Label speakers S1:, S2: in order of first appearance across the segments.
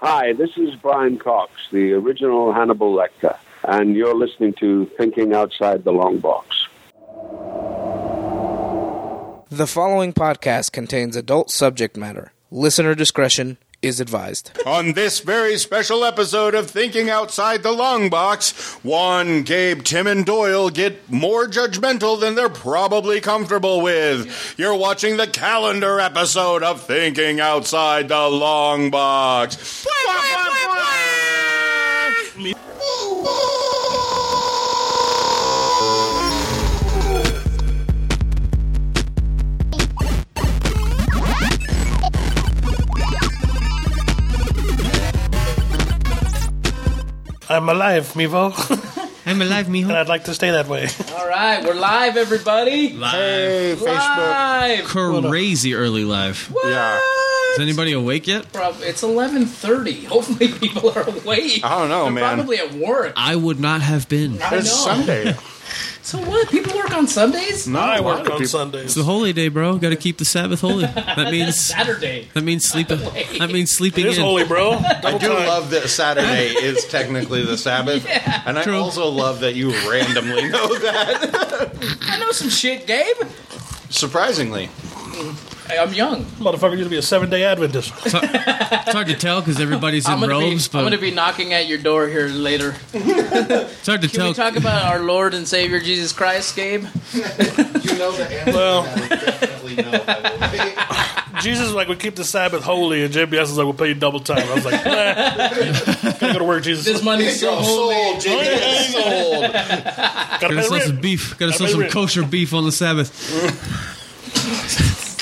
S1: Hi, this is Brian Cox, the original Hannibal Lecter, and you're listening to Thinking Outside the Long Box.
S2: The following podcast contains adult subject matter. Listener discretion is advised.
S3: On this very special episode of Thinking Outside the Long Box, Juan, Gabe, Tim, and Doyle get more judgmental than they're probably comfortable with. You're watching the calendar episode of Thinking Outside the Long Box.
S4: I'm alive, Mevo,
S5: I'm alive,
S4: and
S5: mijo.
S4: I'd like to stay that way.
S2: All right, we're live, everybody.
S3: Hey, Facebook.
S2: Live.
S5: Crazy early live.
S3: Yeah.
S5: Is anybody awake yet?
S2: Prob- It's eleven thirty. Hopefully, people are awake.
S6: Oh,
S3: I don't know,
S2: They're
S3: man.
S2: Probably at work.
S5: I would not have been.
S2: I
S3: It's
S2: know.
S3: Sunday.
S2: So what? People work on Sundays?
S3: No,
S4: I
S3: a lot
S4: work
S3: of
S4: on
S3: people-
S4: Sundays.
S5: It's the holy day, bro. Got to keep the Sabbath holy. That means
S2: Saturday.
S5: that means sleeping. That means
S4: It
S5: sleeping
S4: is
S5: in.
S4: holy, bro.
S6: I do love that Saturday is technically the Sabbath, and I
S5: True.
S6: also love that you randomly know that.
S2: I know some shit, Gabe.
S6: Surprisingly,
S2: Hey, I'm young.
S4: Motherfucker used to be a seven day Adventist.
S5: It's hard to tell because everybody's
S2: I'm
S5: in
S2: gonna,
S5: robes,
S2: be, I'm gonna
S5: but
S2: be knocking at your door here later.
S5: it's hard to
S2: Can we
S5: tell.
S2: talk about our Lord and Savior Jesus Christ, Gabe?
S6: you know the answer.
S4: Well,
S6: Definitely no. I
S4: Jesus was like, we keep the Sabbath holy, and JBS is like, we'll pay you double time. I was like, nah. gotta go to work, Jesus.
S2: This money's so holy.
S4: Gotta,
S5: Oh. Gotta
S4: pay the
S5: sell some
S4: rent.
S5: beef. Gotta sell
S4: pay
S5: some
S4: rent.
S5: kosher beef on the Sabbath.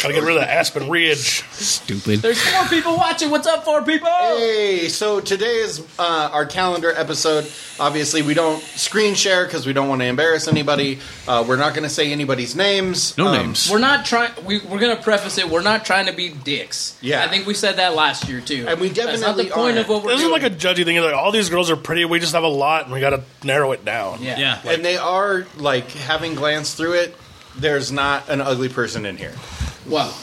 S4: gotta get rid of Aspen Ridge.
S5: Stupid.
S2: There's four people watching. What's up, four people?
S6: Hey, so today is uh, our calendar episode. Obviously, we don't screen share because we don't want to embarrass anybody. Uh, we're not going to say anybody's names.
S5: No
S6: Um,
S5: names.
S2: We're not trying. We, we're gonna preface it. We're not trying to be dicks.
S6: Yeah.
S2: I think we said that last year too.
S6: And we
S2: That's not the
S6: definitely
S2: point
S6: aren't.
S2: of what we're
S4: This is
S2: doing.
S4: like a judgy thing. Like, all these girls are pretty. We just have a lot, and we gotta narrow it down.
S2: yeah.
S5: Yeah.
S6: and they are like having glanced through it. There's not an ugly person in here.
S2: Well,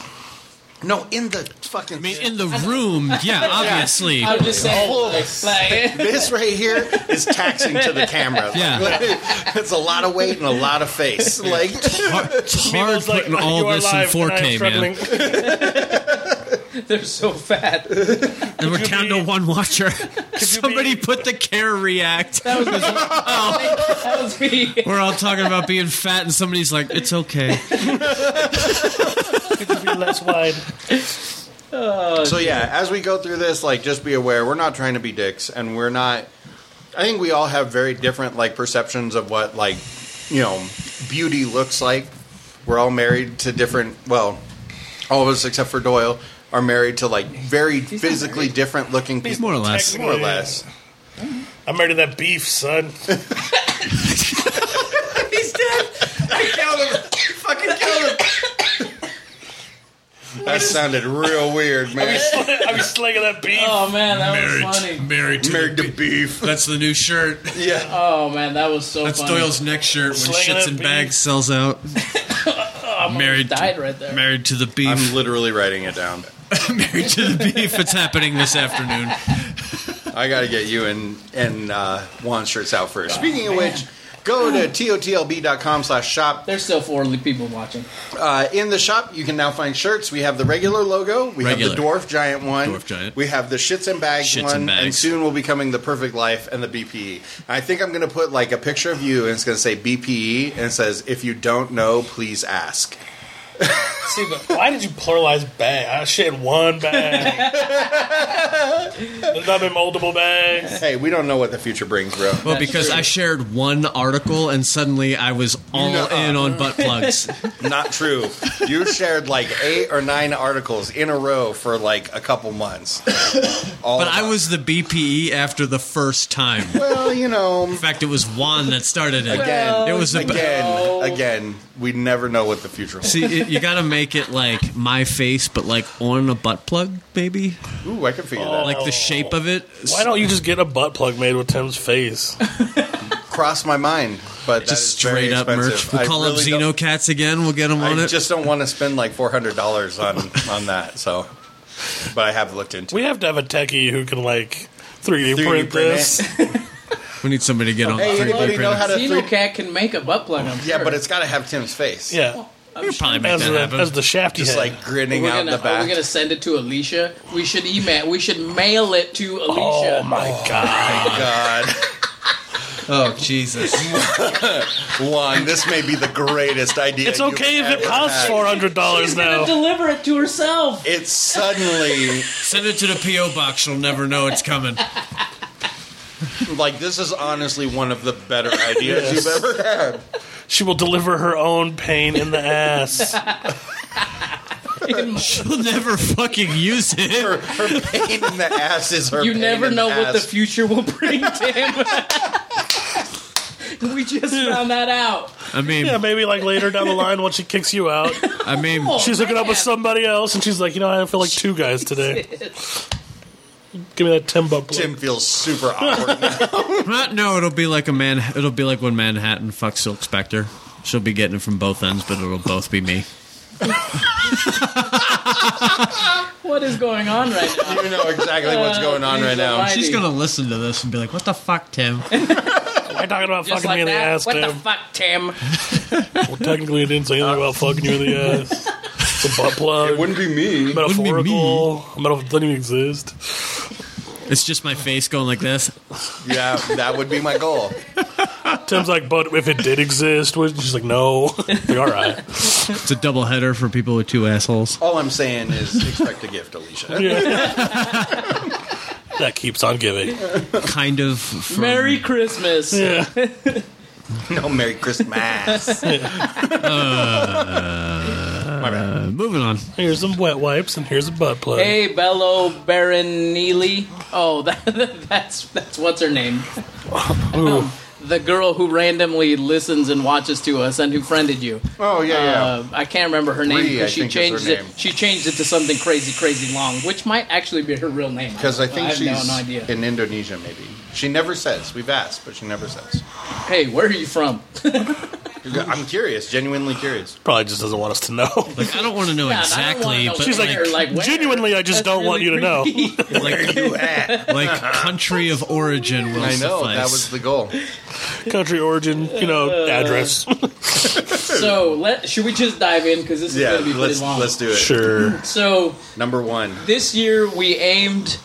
S6: No, in the fucking.
S5: I mean, in the room, yeah, obviously.
S2: I'm just saying.
S6: Oh,
S2: Like, like,
S6: this right here is taxing to the camera.
S5: Yeah.
S6: it's a lot of weight and a lot of face. Like,
S5: Hard- It's hard
S4: Mevo's like,
S5: putting
S4: you
S5: all
S4: are
S5: this in
S4: live, and I am
S5: 4K, man.
S4: struggling.
S2: they're so fat.
S5: And we're
S4: Could you
S5: down to
S4: be-
S5: one watcher.
S4: you
S5: Somebody
S4: be-
S5: put the care react.
S2: That was, that was me.
S5: We're all talking about being fat, and somebody's like, "It's okay."
S4: Could you be less wide.
S6: so yeah, as we go through this, like, just be aware we're not trying to be dicks, and we're not. I think we all have very different like perceptions of what like you know beauty looks like. We're all married to different. Well, all of us except for Doyle are married to like very physically different looking people,
S5: More or less.
S6: more or less.
S4: I'm married to that beef, son.
S2: He's dead.
S6: Fucking kill That sounded real weird, man.
S4: I'll be slinging that beef.
S2: Oh man, that was funny.
S5: Married to
S6: Married to beef.
S5: That's the new shirt.
S6: Yeah.
S2: Oh man, that was so
S5: That's
S2: funny.
S5: Doyle's next shirt when
S4: Slinging
S5: Shits
S4: that
S5: and
S4: beef.
S5: Bags sells out. married,
S2: Died right there.
S5: married to the
S6: I'm
S5: beef.
S6: literally writing it down.
S5: married to the beef. It's happening this afternoon.
S6: I got to get you and and uh, Juan shirts out first. Speaking of which, go to totlb.com slash shop.
S2: There's still four people watching.
S6: Uh, in the shop, you can now find shirts. We have the regular logo. We
S5: Regular.
S6: have the dwarf giant one.
S5: Dwarf giant.
S6: We have the shits and bags
S5: Shits and
S6: one,
S5: Bags.
S6: soon will be coming the perfect life and the BPE. I think I'm going to put like a picture of you, and it's going to say BPE, and it says, "If you don't know, please ask."
S4: See, but why did you pluralize bag? I shit in one bag. There's not been multiple bags.
S6: Hey, we don't know what the future brings, bro.
S5: Well, because I shared one article and suddenly I was all
S6: Nuh-uh.
S5: in on butt plugs.
S6: Not true. You shared like eight or nine articles in a row for like a couple months. All
S5: But I
S6: about-
S5: was the BPE after the first time. In
S6: well, you know,
S5: fact, it was Juan that started it.
S6: Again.
S5: it was a,
S6: again, again, we never know what the future holds.
S5: See, it, you gotta make it like my face, but like on a butt plug, maybe.
S6: Ooh, I can figure that.
S5: Like the shape of it.
S4: Why don't you just get a butt plug made with Tim's face?
S6: Crossed my mind, but
S5: just straight up merch? We'll call up
S6: Xeno.
S5: Xenocats again. We'll get them on
S6: I
S5: it.
S6: just don't want to spend like four hundred dollars on on that. So but I have looked into.
S4: We have to have a techie who can like 3D,
S6: 3D
S4: print,
S6: print
S4: this.
S5: We need somebody to get on
S6: Hey,
S5: the
S6: you
S5: 3D
S6: already
S5: printer.
S6: know how to
S7: Xeno
S6: three-
S7: Cat can make a butt plug. I'm
S6: it. Yeah,
S7: sure.
S6: but it's got to have Tim's face.
S4: Yeah,
S7: I'm
S5: We'll
S7: sure.
S5: probably make
S4: as
S5: that
S4: the
S5: happen.
S4: as the shafty
S6: just
S4: head.
S6: like grinning
S7: We're
S6: out
S7: gonna,
S6: the
S7: are
S6: back.
S7: we gonna send it to Alicia? We should email. We should mail it to Alicia.
S4: oh my god!
S6: God,
S5: Oh Jesus!
S6: Juan, this may be the greatest idea.
S4: It's
S6: you've
S4: okay if it
S6: ever
S4: costs
S6: had.
S4: four hundred dollars
S7: She's gonna
S4: now.
S7: deliver it to herself.
S6: It's suddenly
S5: Send it to the PO box. She'll never know it's coming.
S6: like this is honestly one of the better ideas you've ever had.
S4: She will deliver her own pain in the ass.
S5: She'll never fucking use
S6: Her,
S5: it.
S6: her pain in the ass is her.
S7: You
S6: pain
S7: never
S6: in
S7: know what the
S6: ass.
S7: future will bring, Tim. we just found that out.
S5: I mean,
S4: Yeah, maybe like later down the line when she kicks you out,
S5: I mean,
S4: she's hooking up with somebody else, and she's like, you know, I feel like two guys today. Give me that ten butt plug.
S6: Tim feels super awkward. now.
S5: not, no. It'll be like a man. It'll be like when Manhattan fucks Silk Spectre. She'll be getting it from both ends, but it'll both be me.
S7: What is going on right now?
S6: you know exactly what's
S7: Uh,
S6: going on right now.
S7: She's
S5: She's
S7: gonna
S5: gonna listen to this and be like, "What the fuck, Tim?"
S4: Why talking about
S7: Just
S4: fucking
S7: like
S4: me in the
S7: that.
S4: ass,
S7: what the
S4: Tim?
S7: fuck, Tim?
S4: well, technically, it didn't say anything about fucking you in the ass. It's a butt plug.
S6: Wouldn't be me.
S5: wouldn't be
S4: metaphorical. Metaphor doesn't even exist.
S5: It's just my face going like this.
S6: Yeah, that would be my goal.
S4: Tim's like, but if it did exist, would-" she's like, no. Like, All right.
S5: It's a double header for people with two assholes.
S6: All I'm saying is expect a gift, Alicia.
S4: That keeps on giving.
S5: Kind of. From,
S7: Merry Christmas.
S4: Yeah.
S6: No, Merry Christmas.
S5: uh, moving on.
S4: Here's some wet wipes and here's a butt plug.
S7: Hey, Bello Baronelli. Oh, that, that's that's what's her name? Um, the girl who randomly listens and watches to us and who friended you.
S6: Oh yeah, yeah.
S7: Uh, I can't remember her name
S6: Bree, I
S7: because she
S6: think is her
S7: changed it.
S6: name.
S7: She changed it to something crazy, crazy long, which might actually be her real name.
S6: Because I think
S7: I have
S6: she's
S7: no idea.
S6: in Indonesia, maybe. She never says. We've asked, but she never says.
S7: Hey, where are you from?
S6: I'm curious, genuinely curious.
S4: Probably just doesn't want us to know.
S5: Like I don't want to know
S7: Yeah, and I don't wanna
S5: exactly,
S7: know
S5: but
S7: She's
S4: She's like,
S5: like, like,
S7: like, where?
S4: genuinely, I just
S7: That's
S4: don't want you to know.
S7: really creepy.
S5: country of origin will
S6: I know
S5: suffice.
S6: that was the goal.
S4: Country origin, you know, address.
S7: so, let should we just dive in because this is
S6: Yeah,
S7: going to be pretty
S6: let's
S7: long.
S6: let's do it.
S4: sure.
S7: So,
S6: Number one.
S7: this year we aimed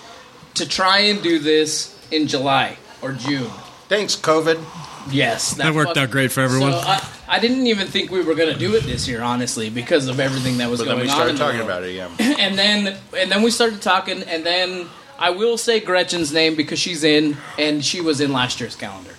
S7: to try and do this in July or June.
S6: Thanks, COVID.
S7: Yes,
S5: That worked
S7: fuck-
S5: out great for everyone.
S7: So I, I didn't even think we were going to do it this year, honestly, because of everything that was
S6: But
S7: going
S6: then we
S7: on.
S6: started
S7: in the
S6: talking
S7: world.
S6: about it. Yeah,
S7: and then and then we started talking, and then I will say Gretchen's name because she's in, and she was in last year's calendar.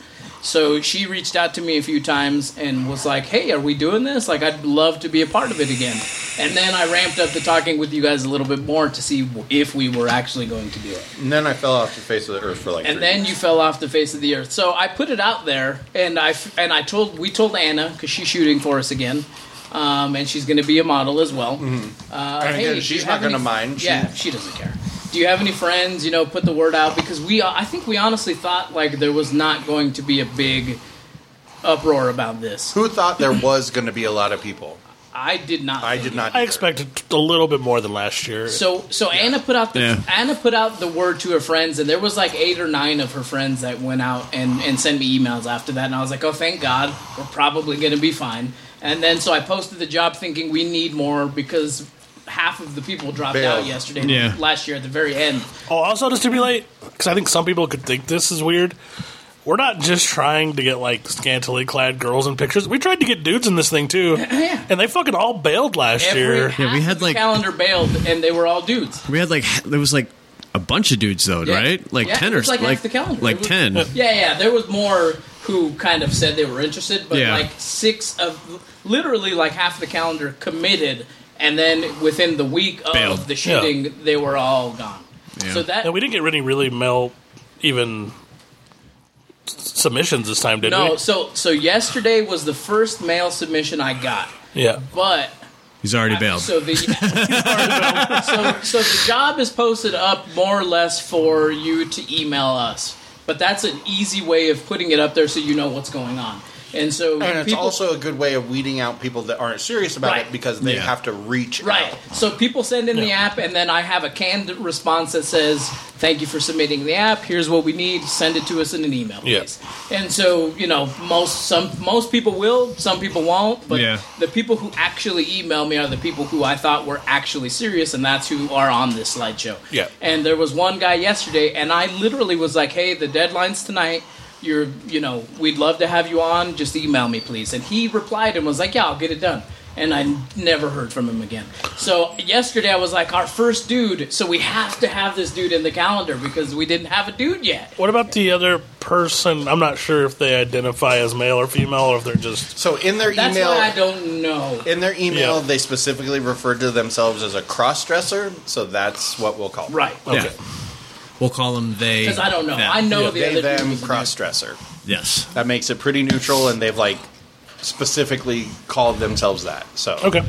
S7: So she reached out to me a few times and was like, "Hey, are we doing this? Like, I'd love to be a part of it again." And then I ramped up the talking with you guys a little bit more to see if we were actually going to do it
S6: and then I fell off the face of the earth for like.
S7: and
S6: three
S7: then
S6: weeks.
S7: you fell off the face of the earth. So I put it out there, and I f- and I told we told Anna because she's shooting for us again, um, and she's going to be a model as well. Uh,
S6: And again,
S7: do
S6: she's
S7: you have
S6: not gonna
S7: any-
S6: mind. She-
S7: Yeah, she doesn't care. Do you have any friends? You know, put the word out because we I think we honestly thought like there was not going to be a big uproar about this.
S6: Who thought there was going to be a lot of people?
S7: I did not.
S6: I
S7: think
S6: did
S7: it.
S6: not.
S4: I
S6: either.
S4: expected a little bit more than last year.
S7: So so Anna put out the
S5: Yeah.
S7: Anna put out the word to her friends, and there was like eight or nine of her friends that went out and and sent me emails after that, and I was like, oh thank God, we're probably gonna be fine. And then so I posted the job thinking we need more because half of the people dropped
S6: Bailed.
S7: out yesterday
S5: Yeah.
S7: last year at the very end.
S4: Oh, also to stipulate, because I think some people could think this is weird. We're not just trying to get like scantily clad girls in pictures. We tried to get dudes in this thing too, and they fucking all bailed last year.
S7: half
S5: we had,
S7: of the
S5: like-
S7: calendar bailed, and they were all dudes.
S5: we had like there was like a bunch of dudes though,
S7: Yeah.
S5: right? Like
S7: Yeah,
S5: ten
S7: it
S5: or
S7: was like half
S5: like
S7: the calendar.
S5: like
S7: It was-
S5: ten.
S7: Yeah, yeah. There was more who kind of said they were interested, but
S5: Yeah.
S7: like six of literally like half the calendar committed, and then within the week of
S5: Bailed.
S7: the shooting, they were all gone. So that
S4: And we didn't get any really male even s- submissions this time, did
S7: no.
S4: we?
S7: So so yesterday was the first mail submission I got,
S4: Yeah.
S7: but
S5: He's already bailed.
S7: So the so, so the job is posted up more or less for you to email us, but that's an easy way of putting it up there so you know what's going on. And so
S6: And it's
S7: people-
S6: also a good way of weeding out people that aren't serious about
S7: Right.
S6: it because they
S5: Yeah.
S6: have to reach
S7: Right.
S6: out.
S7: So people send in the app, and then I have a canned response that says, "Thank you for submitting the app. Here's what we need. Send it to us in an email,
S4: Yeah.
S7: please." And so you know, most some most people will, some people won't, but
S5: Yeah.
S7: the people who actually email me are the people who I thought were actually serious, and that's who are on this slideshow.
S4: Yeah.
S7: And there was one guy yesterday, and I literally was like, "Hey, the deadline's tonight." You're, you know, we'd love to have you on. Just email me, please. And he replied and was like, "Yeah, I'll get it done." And I never heard from him again. So yesterday I was like, "Our first dude, so we have to have this dude in the calendar because we didn't have a dude yet."
S4: What about the other person? I'm not sure if they identify as male or female or if they're just.
S6: So in their
S7: That's
S6: email,
S7: why I don't know.
S6: in their email,
S4: Yeah.
S6: they specifically referred to themselves as a cross-dresser. So that's what we'll call them.
S7: Right.
S5: Yeah.
S4: Okay.
S5: We'll call them they.
S7: Because I don't know.
S5: them.
S7: I know
S5: Yeah.
S7: the
S6: They
S7: other dude
S6: them
S7: was a dude.
S6: cross-dresser.
S5: Yes.
S6: That makes it pretty neutral, and they've like specifically called themselves that. So
S4: Okay.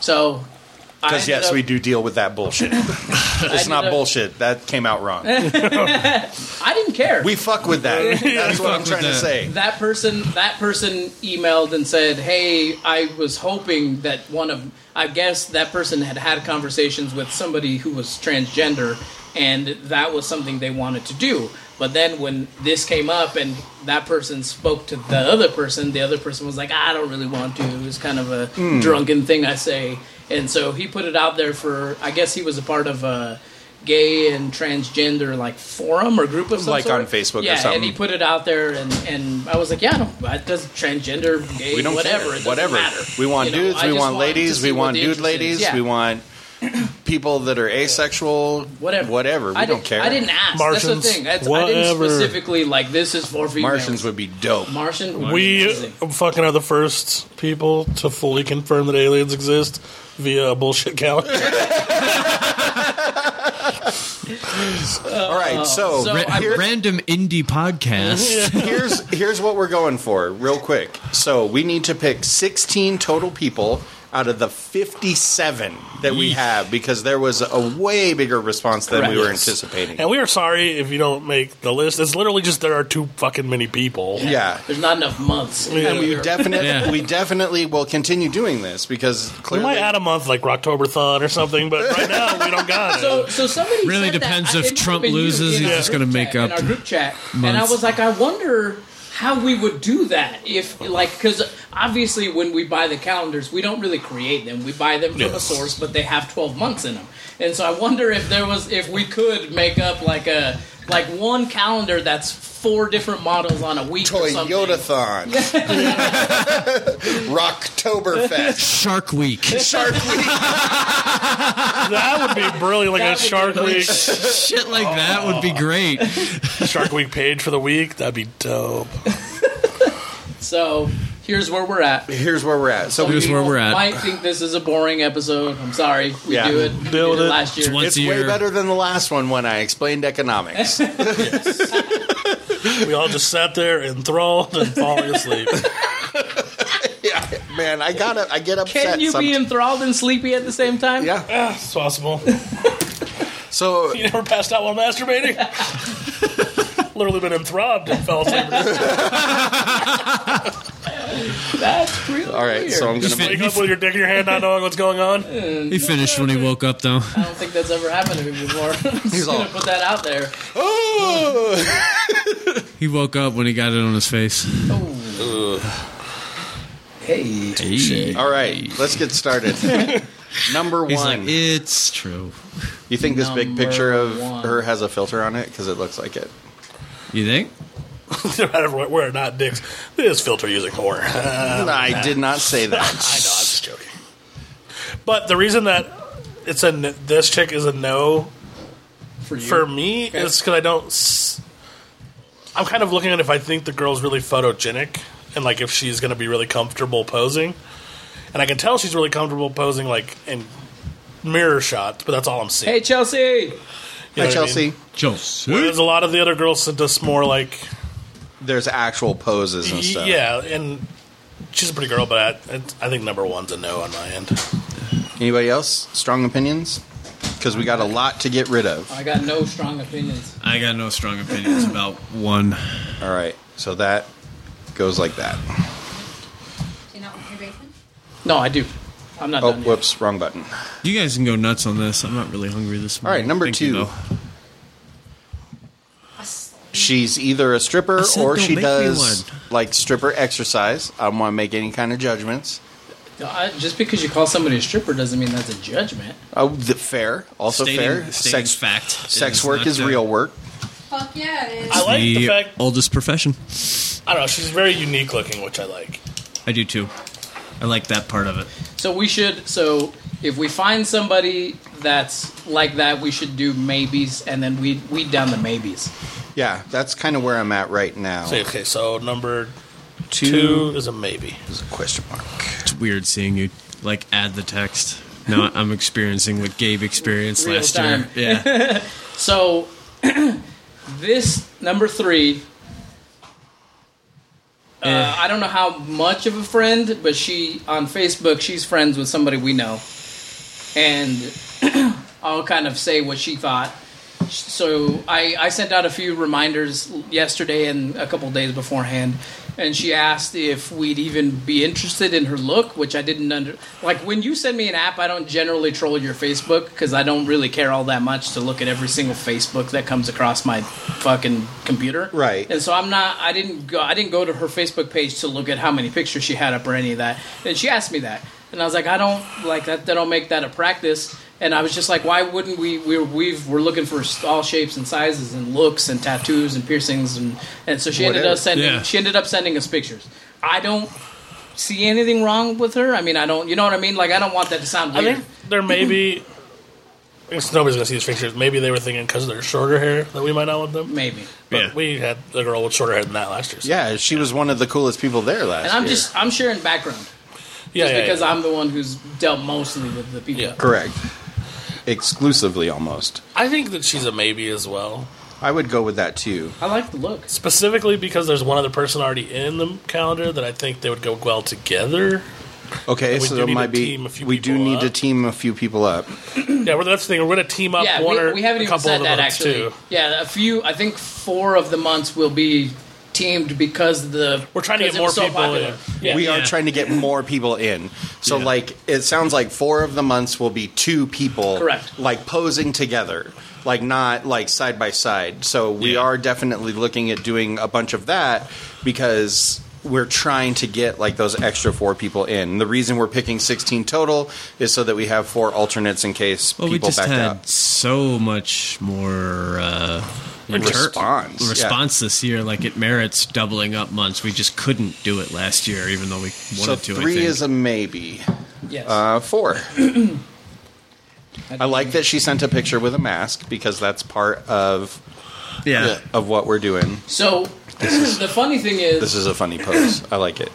S7: So. I
S6: Because
S7: ended
S6: yes,
S7: up-
S6: we do deal with that bullshit. it's not
S7: up-
S6: bullshit. That came out wrong.
S7: I didn't care.
S6: We fuck with that. That's what I'm
S5: with
S6: trying to
S5: that.
S6: say.
S7: that person that person emailed and said hey i was hoping that one of i guess that person had had conversations with somebody who was transgender and that was something they wanted to do but then when this came up and that person spoke to the other person the other person was like i don't really want to it was kind of a
S6: Hmm.
S7: drunken thing i say and so he put it out there for i guess he was a part of a gay and transgender like forum or group of some
S6: Like
S7: sort.
S6: on Facebook or
S7: yeah,
S6: something.
S7: and he put it out there, and, and I was like, yeah, I don't, it doesn't transgender, gay,
S6: We don't
S7: whatever,
S6: care.
S7: it doesn't
S6: whatever.
S7: matter.
S6: We want
S7: You know,
S6: dudes.
S7: I
S6: we
S7: just
S6: want
S7: wanted to
S6: ladies.
S7: see
S6: We
S7: what
S6: want
S7: the
S6: dude
S7: interest is.
S6: ladies.
S7: Yeah,
S6: We want people that are asexual.
S7: whatever,
S6: Whatever. We
S7: I
S6: don't
S7: didn't-
S6: care.
S7: I didn't ask.
S4: Martians,
S7: That's the thing. That's, I didn't
S4: whatever.
S7: specifically like this is for females.
S6: Martians would be dope.
S7: Martian. would be
S4: We
S7: amazing.
S4: fucking are the first people to fully confirm that aliens exist via a bullshit calendar.
S6: All right. So,
S7: so-
S5: Ra-
S7: I-
S5: random indie podcast.
S6: here's here's what we're going for, real quick. So we need to pick 16 total people out of the 57 that we have because there was a way bigger response than we were anticipating.
S4: and we are sorry if you don't make the list. It's literally just there are too fucking many people.
S6: Yeah.
S7: There's not enough months.
S6: And we definitely
S5: Yeah.
S6: we definitely will continue doing this because
S4: We
S6: clearly
S4: might add a month like Rocktoberthon or something, but right now we don't got it.
S7: So, so somebody
S5: Really
S7: said that.
S5: depends
S7: I-
S5: if
S7: it might have
S5: Trump
S7: been you
S5: loses,
S7: in
S5: he's
S7: our
S5: just
S7: group
S5: gonna make
S7: chat- in
S5: up
S7: our group chat. And I
S5: months.
S7: was like, I wonder how we would do that if, like, because obviously when we buy the calendars, we don't really create them. We buy them from a
S4: Yes.
S7: source, but they have twelve months in them. And so I wonder if there was if we could make up like a like one calendar that's four different models on a week. or something.
S6: Toyotathon, Rocktoberfest,
S5: Shark Week.
S6: Shark Week.
S4: that would be brilliant, like a
S7: That would be
S4: Shark Week
S5: Shit like that would be great.
S4: Shark Week page for the week. That'd be dope.
S7: So here's where we're at.
S6: Here's where we're at. So
S5: Here's
S6: we,
S5: where we're at.
S7: Might think this is a boring episode. I'm sorry. We
S6: Yeah.
S7: do it. We
S4: Deal
S7: did
S4: with
S7: it
S4: it.
S7: last year.
S5: It's once
S6: it's
S5: a
S6: way
S5: year.
S6: better than the last one when I explained economics.
S4: We all just sat there enthralled and falling asleep.
S6: yeah, man, I gotta, I get upset.
S7: Can you be
S6: somet-
S7: enthralled and sleepy at the same time?
S6: Yeah.
S4: Ah, it's possible.
S6: So
S4: You never passed out while masturbating? Literally been enthralled and fell asleep.
S7: That's really
S6: All right,
S7: weird.
S6: so I'm gonna.
S5: Just
S4: Wake up with your dick in your hand, not knowing what's going on.
S5: He finished when he woke up, though.
S7: I don't think that's ever happened to me before. I'm just
S6: He's all-
S7: gonna put that out there.
S6: Oh!
S5: He woke up when he got it on his face.
S7: Oh. Hey,
S6: All right, let's get started. Number
S5: He's like,
S6: one.
S5: it's true.
S6: you think this big
S7: Number
S6: picture of
S7: one.
S6: her has a filter on it because it looks like it?
S5: You think?
S4: no matter what, we're not dicks. This filter using horror.
S6: I did not say that.
S4: I know, I'm just joking. But the reason that it's a n- this chick is a no
S7: for you.
S4: for me is because I don't. S- I'm kind of looking at if I think the girl's really photogenic and like if she's going to be really comfortable posing, and I can tell she's really comfortable posing like in mirror shots, but that's all I'm seeing.
S7: hey, Chelsea.
S4: You know
S6: Hi,
S4: what I mean?
S6: Chelsea.
S5: Joel.
S4: Whereas a lot of the other girls are just more like
S6: There's actual poses and stuff.
S4: yeah, and she's a pretty girl, but I, I think number one's a no on my end.
S6: Anybody else? Strong opinions? Because we got a lot to get rid of.
S7: I got no strong opinions.
S5: I got no strong opinions about one.
S6: All right, so that goes like that.
S8: Do you not want your bacon?
S7: No, I do. I'm not
S6: Oh,
S7: done yet.
S6: whoops, wrong button.
S5: You guys can go nuts on this. I'm not really hungry this
S6: All
S5: morning.
S6: right, number
S5: Mm-hmm. Thank you,
S6: two.
S5: though.
S8: A slice.
S6: She's either a stripper
S5: I said
S6: or
S5: don't
S6: she
S5: make me
S6: does
S5: one.
S6: like stripper exercise. I don't want to make any kind of judgments.
S7: No, I, just because you call somebody a stripper doesn't mean that's a judgment.
S6: Oh, the fair, also
S5: Stating- stating
S6: fair. Sex
S5: fact.
S6: Sex
S5: It's
S6: work
S5: not uh,
S6: is
S5: the-
S6: real work.
S8: Fuck yeah, it is.
S4: I like the
S5: The
S4: fact
S5: oldest profession.
S4: I don't know. She's very unique looking, which I like.
S5: I do too. I like that part of it.
S7: So we should. So if we find somebody that's like that, we should do maybes, and then we weed down the maybes.
S6: Yeah, that's kind of where I'm at right now.
S4: So, okay, so number
S6: Two
S4: two is a maybe.
S6: is a question mark.
S5: It's weird seeing you like add the text. Now I'm experiencing what Gabe experienced
S7: Real
S5: last
S7: time.
S5: year. Yeah,
S7: So this number three. Uh, I don't know how much of a friend, but she on Facebook she's friends with somebody we know, and I'll kind of say what she thought. So I, I sent out a few reminders yesterday and a couple days beforehand, and she asked if we'd even be interested in her look, which I didn't under. Like when you send me an app, I don't generally troll your Facebook because I don't really care all that much to look at every single Facebook that comes across my fucking computer.
S6: Right.
S7: And so I'm not. I didn't go. I didn't go to her Facebook page to look at how many pictures she had up or any of that. And she asked me that, and I was like, I don't like that. They don't make that a practice. And I was just like, why wouldn't we? We're we've, we're looking for all shapes and sizes and looks and tattoos and piercings and and so she ended up
S6: Whatever.
S7: sending.
S5: Yeah.
S7: She ended up sending us pictures. I don't see anything wrong with her. I mean, I don't. You know what I mean? Like, I don't want that to sound
S4: I
S7: weird.
S4: think there may be. I guess nobody's gonna see these pictures. Maybe they were thinking because of their shorter hair that we might not want them.
S7: Maybe.
S4: But
S5: Yeah.
S4: we had the girl with shorter hair than that last year. so-
S6: Yeah, she was one of the coolest people there last
S7: And I'm
S6: year.
S7: just I'm sharing background
S4: yeah,
S7: just
S4: yeah,
S7: because
S4: yeah.
S7: I'm the one who's dealt mostly with the people.
S4: Yeah.
S6: correct, exclusively almost.
S4: I think that she's a maybe as well.
S6: I would go with that too.
S7: I like the look.
S4: Specifically because there's one other person already in the calendar that I think they would go well together.
S6: Okay,
S4: And we
S6: so
S4: do
S6: it
S4: need
S6: might
S4: to
S6: be
S4: team a few
S6: we do
S4: people
S6: need
S4: up.
S6: to team a few people up.
S4: Yeah, well, that's the thing. We're going to team up
S7: yeah,
S4: one
S7: we,
S4: or
S7: we
S4: a
S7: haven't even
S4: couple
S7: said
S4: of the
S7: that
S4: months,
S7: actually.
S4: too.
S7: Yeah, a few. I think four of the months will be teamed because the
S4: We're trying to get
S7: because it
S4: more
S7: was so
S4: people
S7: popular.
S4: in. Yeah.
S6: we are
S5: Yeah.
S6: trying to get more people in. So
S5: Yeah.
S6: like it sounds like four of the months will be two people
S7: Correct.
S6: like posing together. Like not like side by side. So we
S5: Yeah.
S6: are definitely looking at doing a bunch of that because we're trying to get like those extra four people in. The reason we're picking 16 total is so that we have four alternates in case
S5: well, we
S6: people
S5: just
S6: back
S5: had
S6: out.
S5: so much more uh, retur-
S6: Response, yeah.
S5: response this year. Like it merits doubling up months. We just couldn't do it last year, even though we
S6: So
S5: wanted to. I
S6: three
S5: think.
S6: is a maybe.
S7: Yes.
S6: Uh, four. I like that she sent a picture with a mask because that's part of
S5: yeah.
S6: of what we're doing.
S7: so the funny thing is,
S6: This is a funny pose. I like it.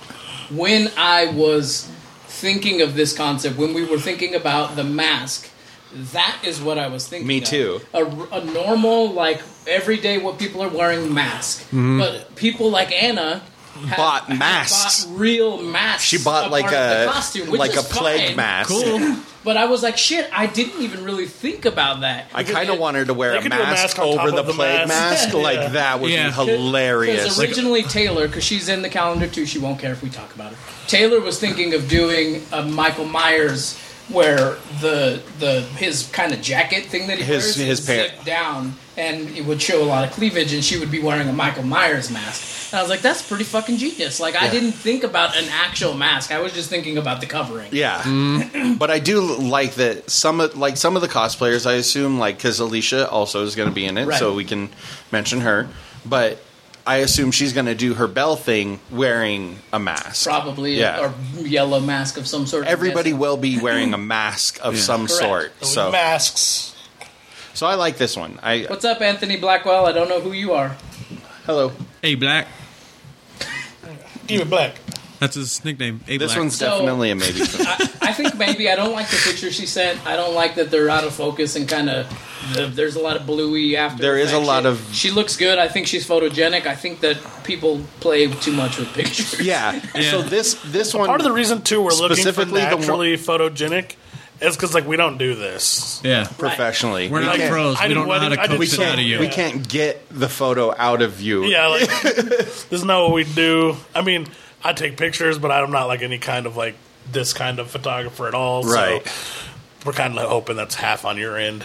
S7: when I was thinking of this concept, when we were thinking about the mask, that is what I was thinking.
S6: Me
S7: of.
S6: too.
S7: A, a normal, like everyday, what people are wearing mask, but people like Anna. Have,
S6: Mm-hmm. Bought
S7: have
S6: masks.
S7: bought real masks.
S6: She bought
S7: a
S6: like
S7: part of
S6: a
S7: the costume, which
S6: like
S7: is
S6: a plague
S7: fine.
S6: mask.
S7: But I was like, shit, I didn't even really think about that.
S6: I kind of wanted to wear
S4: They
S6: a
S4: could do a
S6: mask,
S4: mask on top
S6: over the,
S4: of the
S6: plague
S4: mask.
S6: mask.
S4: Yeah.
S6: Like that would
S5: Yeah.
S6: be
S5: 'Cause-
S6: hilarious.
S7: Because originally Taylor, because she's in the calendar too, she won't care if we talk about it. Taylor was thinking of doing a Michael Myers where the the his kind of jacket thing that he
S6: His-
S7: wears
S6: his
S7: is
S6: pant-
S7: zipped down and it would show a lot of cleavage and she would be wearing a Michael Myers mask. And I was like, that's pretty fucking genius. Like I didn't think about an actual mask. I was just thinking about the covering.
S6: yeah, but I do like that some of like some of the cosplayers. I assume like because Alicia also is going to be in it,
S7: Right.
S6: so we can mention her. But I assume she's going to do her bell thing wearing a mask.
S7: Probably
S6: Yeah.
S7: or yellow mask of some sort. I'm
S6: Everybody
S7: guessing.
S6: will be wearing a mask of some sort.
S4: So,
S6: So,
S4: masks.
S6: so I like this one. I
S7: What's up, Anthony Blackwell? I don't know who you are.
S6: hello.
S5: Hey, Black.
S4: Even black.
S5: That's his nickname. A
S6: This
S5: Black.
S6: one's
S7: So-
S6: definitely a maybe. for me.
S7: I, I think maybe I don't like the picture she sent. I don't like that they're out of focus and kind of there's a lot of bluey after.
S6: There is
S7: effect
S6: a lot
S7: shit.
S6: of-
S7: She looks good. I think she's photogenic. I think that people play too much with pictures.
S6: Yeah. So this this one
S4: Part of the reason too we're looking for
S6: Specifically the one-
S4: naturally photogenic It's because like we don't do this.
S5: Yeah.
S6: professionally.
S5: We're not
S4: can't-
S5: pros.
S4: I
S5: We
S4: did
S5: don't know
S4: wedding-
S5: how to
S4: I did
S5: coax it out of
S4: wedding-
S5: you.
S6: We can't get the photo out of you.
S4: Yeah, like this is not what we do. I mean, I take pictures, but I'm not like any kind of like this kind of photographer at all.
S6: Right.
S4: So we're kind of hoping that's half on your end.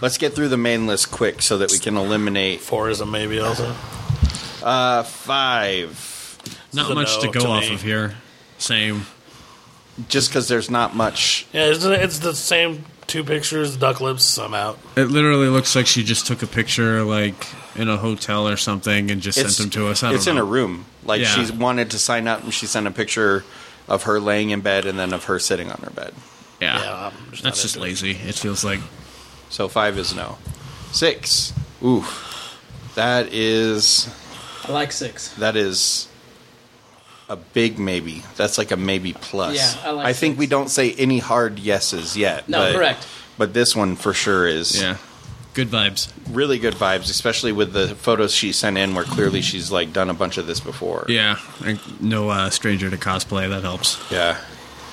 S6: Let's get through the main list quick so that we can eliminate
S4: Four is a maybe also.
S6: uh, five.
S5: Not
S4: So
S5: much
S4: no
S5: to go
S4: to
S5: off
S4: me.
S5: of here. Same.
S6: Just because there's not much.
S4: Yeah, it's, it's the same two pictures, duck lips. I'm out.
S5: It literally looks like she just took a picture, like in a hotel or something, and just
S6: it's
S5: sent them to us. I don't
S6: it's
S5: know.
S6: in a room. Like
S5: Yeah.
S6: she wanted to sign up, and she sent a picture of her laying in bed and then of her sitting on her bed.
S5: Yeah,
S4: Yeah, I'm just
S5: that's
S4: not
S5: just
S4: into it.
S5: lazy. It feels like
S6: So five is no. Six. Ooh, that is
S7: I like six.
S6: that is a big maybe. That's like a maybe plus.
S7: Yeah, I like
S6: think
S7: six.
S6: we don't say any hard yeses yet.
S7: No,
S6: but-
S7: correct.
S6: But this one for sure is.
S5: yeah, good vibes.
S6: really good vibes, especially with the photos she sent in, where clearly she's like done a bunch of this before.
S5: Mm-hmm. Yeah, and no uh, stranger to cosplay. That helps.
S6: yeah,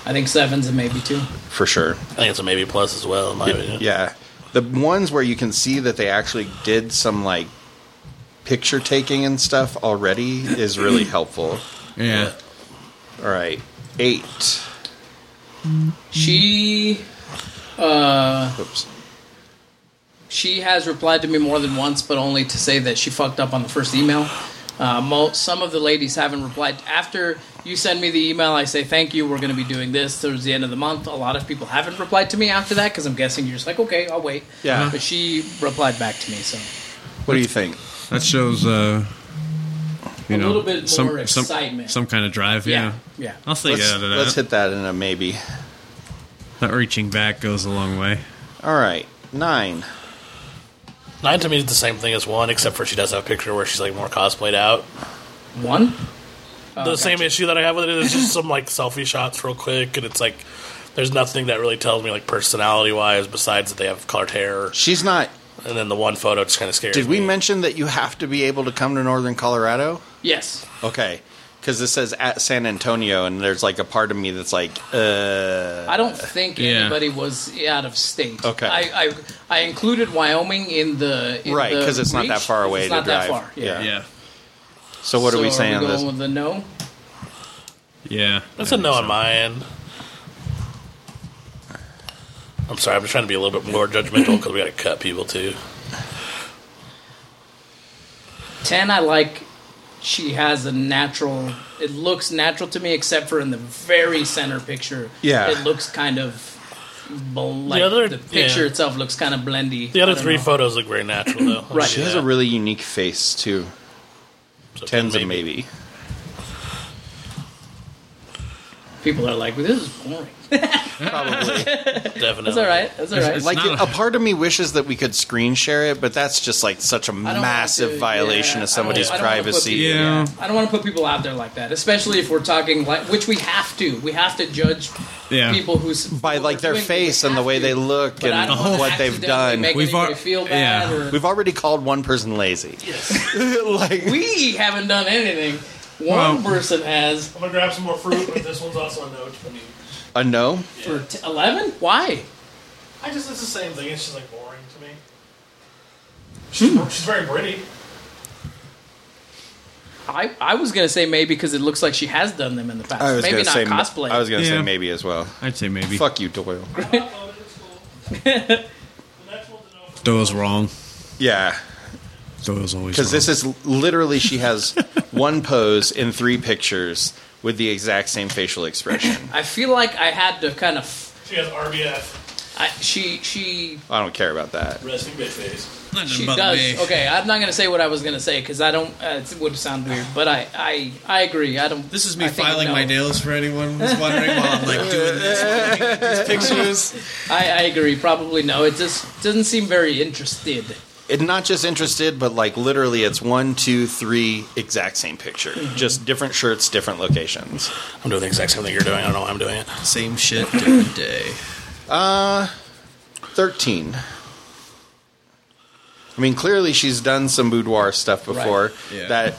S7: I think seven's a maybe too.
S6: for sure.
S4: I think it's a maybe plus as well. In my opinion.
S6: Yeah, the ones where you can see that they actually did some like picture taking and stuff already is really helpful.
S5: Yeah,
S6: All right, eight.
S7: She
S6: Oops.
S7: she has replied to me more than once, but only to say that she fucked up on the first email. Uh, mo- some of the ladies haven't replied. After you send me the email, I say thank you. We're going to be doing this towards the end of the month. A lot of people haven't replied to me after that because I'm guessing you're just like, okay, I'll wait. Uh-huh.
S6: Yeah.
S7: But she replied back to me, so
S6: What do you think?
S5: that shows. Uh, you
S7: A
S5: know,
S7: little bit
S5: some,
S7: more
S5: some,
S7: excitement.
S5: some kind of drive.
S7: yeah,
S5: Yeah,
S7: yeah.
S5: I'll say
S6: Let's,
S5: yeah to that.
S6: let's hit that in a maybe.
S5: that reaching back goes a long way.
S6: All right, nine.
S4: Nine to me is the same thing as one, except for she does have a picture where she's like more cosplayed out.
S7: One. Oh,
S4: the same issue that I have with it is just some like selfie shots real quick, and it's like there's nothing that really tells me like personality wise besides that they have colored hair,
S6: She's not.
S4: and then the one photo just kind of scares
S6: Did we
S4: me.
S6: mention that you have to be able to come to Northern Colorado?
S7: Yes.
S6: Okay. Because this says at San Antonio, and there's like a part of me that's like, uh,
S7: I don't think
S5: Yeah.
S7: anybody was out of state.
S6: Okay.
S7: I I, I included Wyoming in the in
S6: Right,
S7: the
S6: 'cause it's not that
S7: reach,
S6: far
S7: 'cause
S6: away
S7: It's
S6: to
S7: not that
S6: drive.
S7: far. Yeah.
S6: Yeah.
S5: Yeah,
S6: so what
S7: So
S6: are we saying on
S7: going
S6: this?
S7: with the no?
S5: yeah.
S4: That's a no on my end. I'm sorry, I'm just trying to be a little bit more judgmental because we got to cut people too.
S7: Ten, I like. She has a natural. It looks natural to me, except for in the very center picture.
S6: Yeah.
S7: it looks kind of. Bl- like, the,
S4: other-
S7: picture
S4: yeah.
S7: itself looks kind of blendy.
S4: The
S7: I
S4: other
S7: don't
S4: three
S7: know.
S4: photos look very natural though.
S7: Right.
S6: She has a really unique face, too.
S4: So
S6: Tens of maybe.
S7: people are like, "This is boring."
S6: Probably.
S4: Definitely.
S7: That's all right. That's all right.
S5: It's
S6: like,
S5: not
S6: a part of me wishes that we could screen share it, but that's just like such a
S7: I don't want
S6: massive
S7: to-
S6: violation
S7: yeah,
S6: of somebody's
S7: I don't- I don't wanna put
S6: privacy.
S7: people-
S5: Yeah.
S7: I don't want to put people out there like that, especially if we're talking like, which we have to. We have to judge
S5: Yeah.
S7: people who's
S6: By
S7: who
S6: like
S7: are
S6: their
S7: doing it. We
S6: face and the
S7: have
S6: way
S7: to.
S6: they look
S7: But I
S6: and
S7: don't wanna
S6: what they've
S7: accidentally
S6: done.
S7: Make
S5: We've
S7: We've
S5: al-
S7: already feel bad.
S5: yeah.
S7: Or,
S6: We've already called one person lazy. like,
S7: we haven't done anything.
S5: Well-
S7: One person has
S4: I'm gonna grab some more fruit, but this one's also a note. I mean,
S6: a no?
S7: for t- eleven. Why?
S4: I just it's the same thing. It's just like boring to me. She's,
S6: Hmm.
S4: she's very pretty.
S7: I, I was gonna say maybe because it looks like she has done them in the past. maybe not cosplay.
S6: I was going to
S5: Yeah.
S6: say maybe as well.
S5: I'd say maybe.
S6: Fuck you, Doyle.
S5: Doyle's wrong.
S6: Yeah.
S5: Doyle's always
S6: Because
S5: wrong.
S6: this is literally, she has one pose in three pictures with the exact same facial expression.
S7: I feel like I had to kind of.
S4: She has RBF.
S7: I, she she
S6: I don't care about that.
S4: Resting bitch face.
S5: Nothing
S7: she
S5: about
S7: does.
S5: me.
S7: Okay, I'm not gonna say what I was gonna say because I don't. Uh, it would sound weird, but I I, I agree. I don't.
S5: This is me
S7: I think
S5: filing
S7: no.
S5: my nails for anyone who's wondering while I'm like doing this, looking at these pictures.
S7: I, I agree. Probably no. It just doesn't seem very interested.
S6: And not just interested, but like literally, it's one, two, three, exact same picture. Just different shirts, different locations.
S4: I'm doing the exact same thing you're doing. I don't know why I'm doing it.
S5: Same shit, different day.
S6: 13. I mean, clearly, she's done some boudoir stuff before
S5: Right. Yeah.
S6: that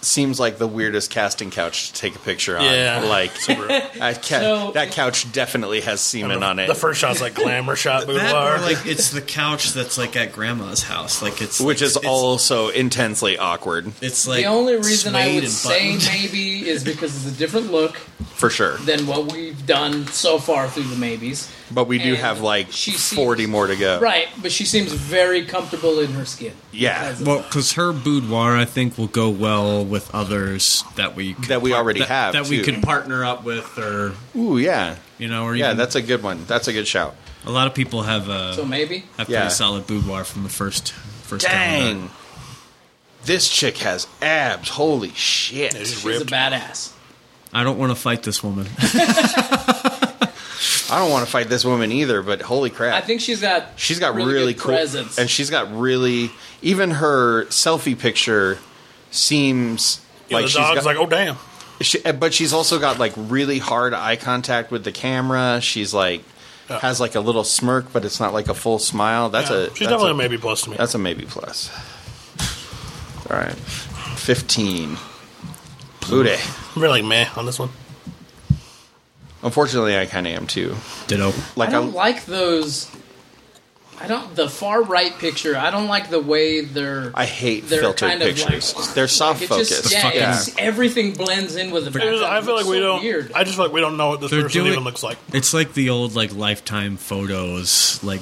S6: seems like the weirdest casting couch to take a picture on.
S4: Yeah.
S6: Like that, ca-
S7: So-
S6: that couch definitely has semen on it.
S4: The first shot's like glamour shot
S5: That or
S4: boudoir.
S5: like it's the couch that's like at grandma's house, like it's
S6: which
S5: it's-
S6: is
S5: it's-
S6: also intensely awkward
S5: It's like
S7: the only reason I
S5: suede
S7: would
S5: and
S7: say
S5: buttoned.
S7: maybe is because it's a different look
S6: for sure.
S7: than what we've done so far through the maybes.
S6: But we do
S7: and
S6: have like
S7: she seems-
S6: forty more to go.
S7: Right, but she seems very comfortable in her skin.
S6: Yeah.
S5: Well, because her boudoir, I think, will go well with others that we could
S6: That we already
S5: that,
S6: have,
S5: that we
S6: too.
S5: could partner up with, or
S6: Ooh yeah.
S5: you know, or
S6: Yeah,
S5: even,
S6: that's a good one. That's a good shout.
S5: a lot of people have a
S7: So maybe.
S5: have
S6: Yeah.
S5: pretty solid boudoir from the first first calendar.
S6: Dang. This chick has abs. Holy shit.
S7: She's a badass.
S5: I don't want to fight this woman.
S6: I don't want to fight this woman either, but holy crap.
S7: I think she's got
S6: She's got really,
S7: good
S6: cool
S7: presence.
S6: and she's got really even her selfie picture seems
S4: Yeah,
S6: like
S4: the
S6: she's
S4: dog's
S6: got,
S4: like, oh damn.
S6: she, eh, but she's also got like really hard eye contact with the camera. She's like has like a little smirk, but it's not like a full smile. That's
S4: Yeah,
S6: a
S4: she's
S6: that's
S4: definitely
S6: a,
S4: a maybe plus to me.
S6: That's a maybe plus. All right, fifteen. Booty.
S4: I'm really like meh on this one.
S6: Unfortunately, I kind of am too.
S5: Ditto.
S6: Like
S7: I
S6: I,
S7: don't like those. I don't the far right picture. I don't like the way they're.
S6: I hate
S7: they're
S6: filtered
S7: kind of
S6: pictures.
S7: like-
S6: They're soft
S7: It
S6: focused.
S7: just, yeah,
S5: fucking-
S7: it's, everything blends in with the
S4: It was-
S7: background.
S4: I feel like
S7: It's
S4: we
S7: so
S4: don't.
S7: Weird.
S4: I just feel like we don't know what this
S5: They're
S4: person
S5: doing-
S4: even looks like.
S5: It's like the old like lifetime photos, like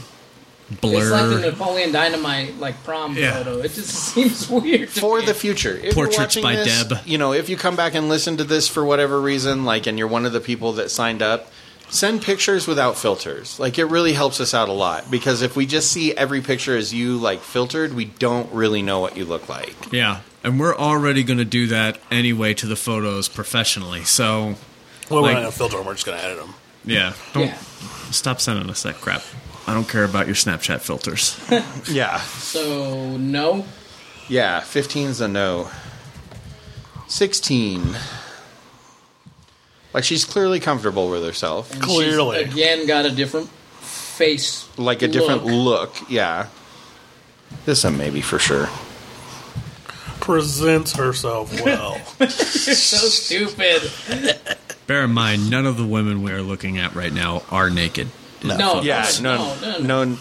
S5: blur.
S7: it's like the Napoleon Dynamite like prom
S5: Yeah.
S7: photo. It just seems weird. to
S6: for
S7: me.
S6: the future. If you're
S5: Portraits
S6: watching
S5: by
S6: this,
S5: Deb.
S6: You know, if you come back and listen to this for whatever reason, like, and you're one of the people that signed up, send pictures without filters. Like, it really helps us out a lot because if we just see every picture as you like filtered, we don't really know what you look like.
S5: yeah, and we're already going to do that anyway to the photos professionally. So
S4: Well,
S5: Like-
S4: we're not gonna filter them. We're just gonna edit them.
S5: yeah, don't
S7: yeah.
S5: stop sending us that crap. I don't care about your Snapchat filters.
S6: Yeah,
S7: So no.
S6: yeah. 15's a no. Sixteen. Like she's clearly comfortable with herself.
S7: And
S4: Clearly.
S7: she's, again, got a different face.
S6: Like a different
S7: Look.
S6: look. Yeah. This one maybe for sure.
S4: Presents herself well.
S7: so stupid.
S5: Bear in mind, none of the women we are looking at right now are naked.
S7: No. no
S6: Yeah, no,
S7: no,
S6: no,
S7: no.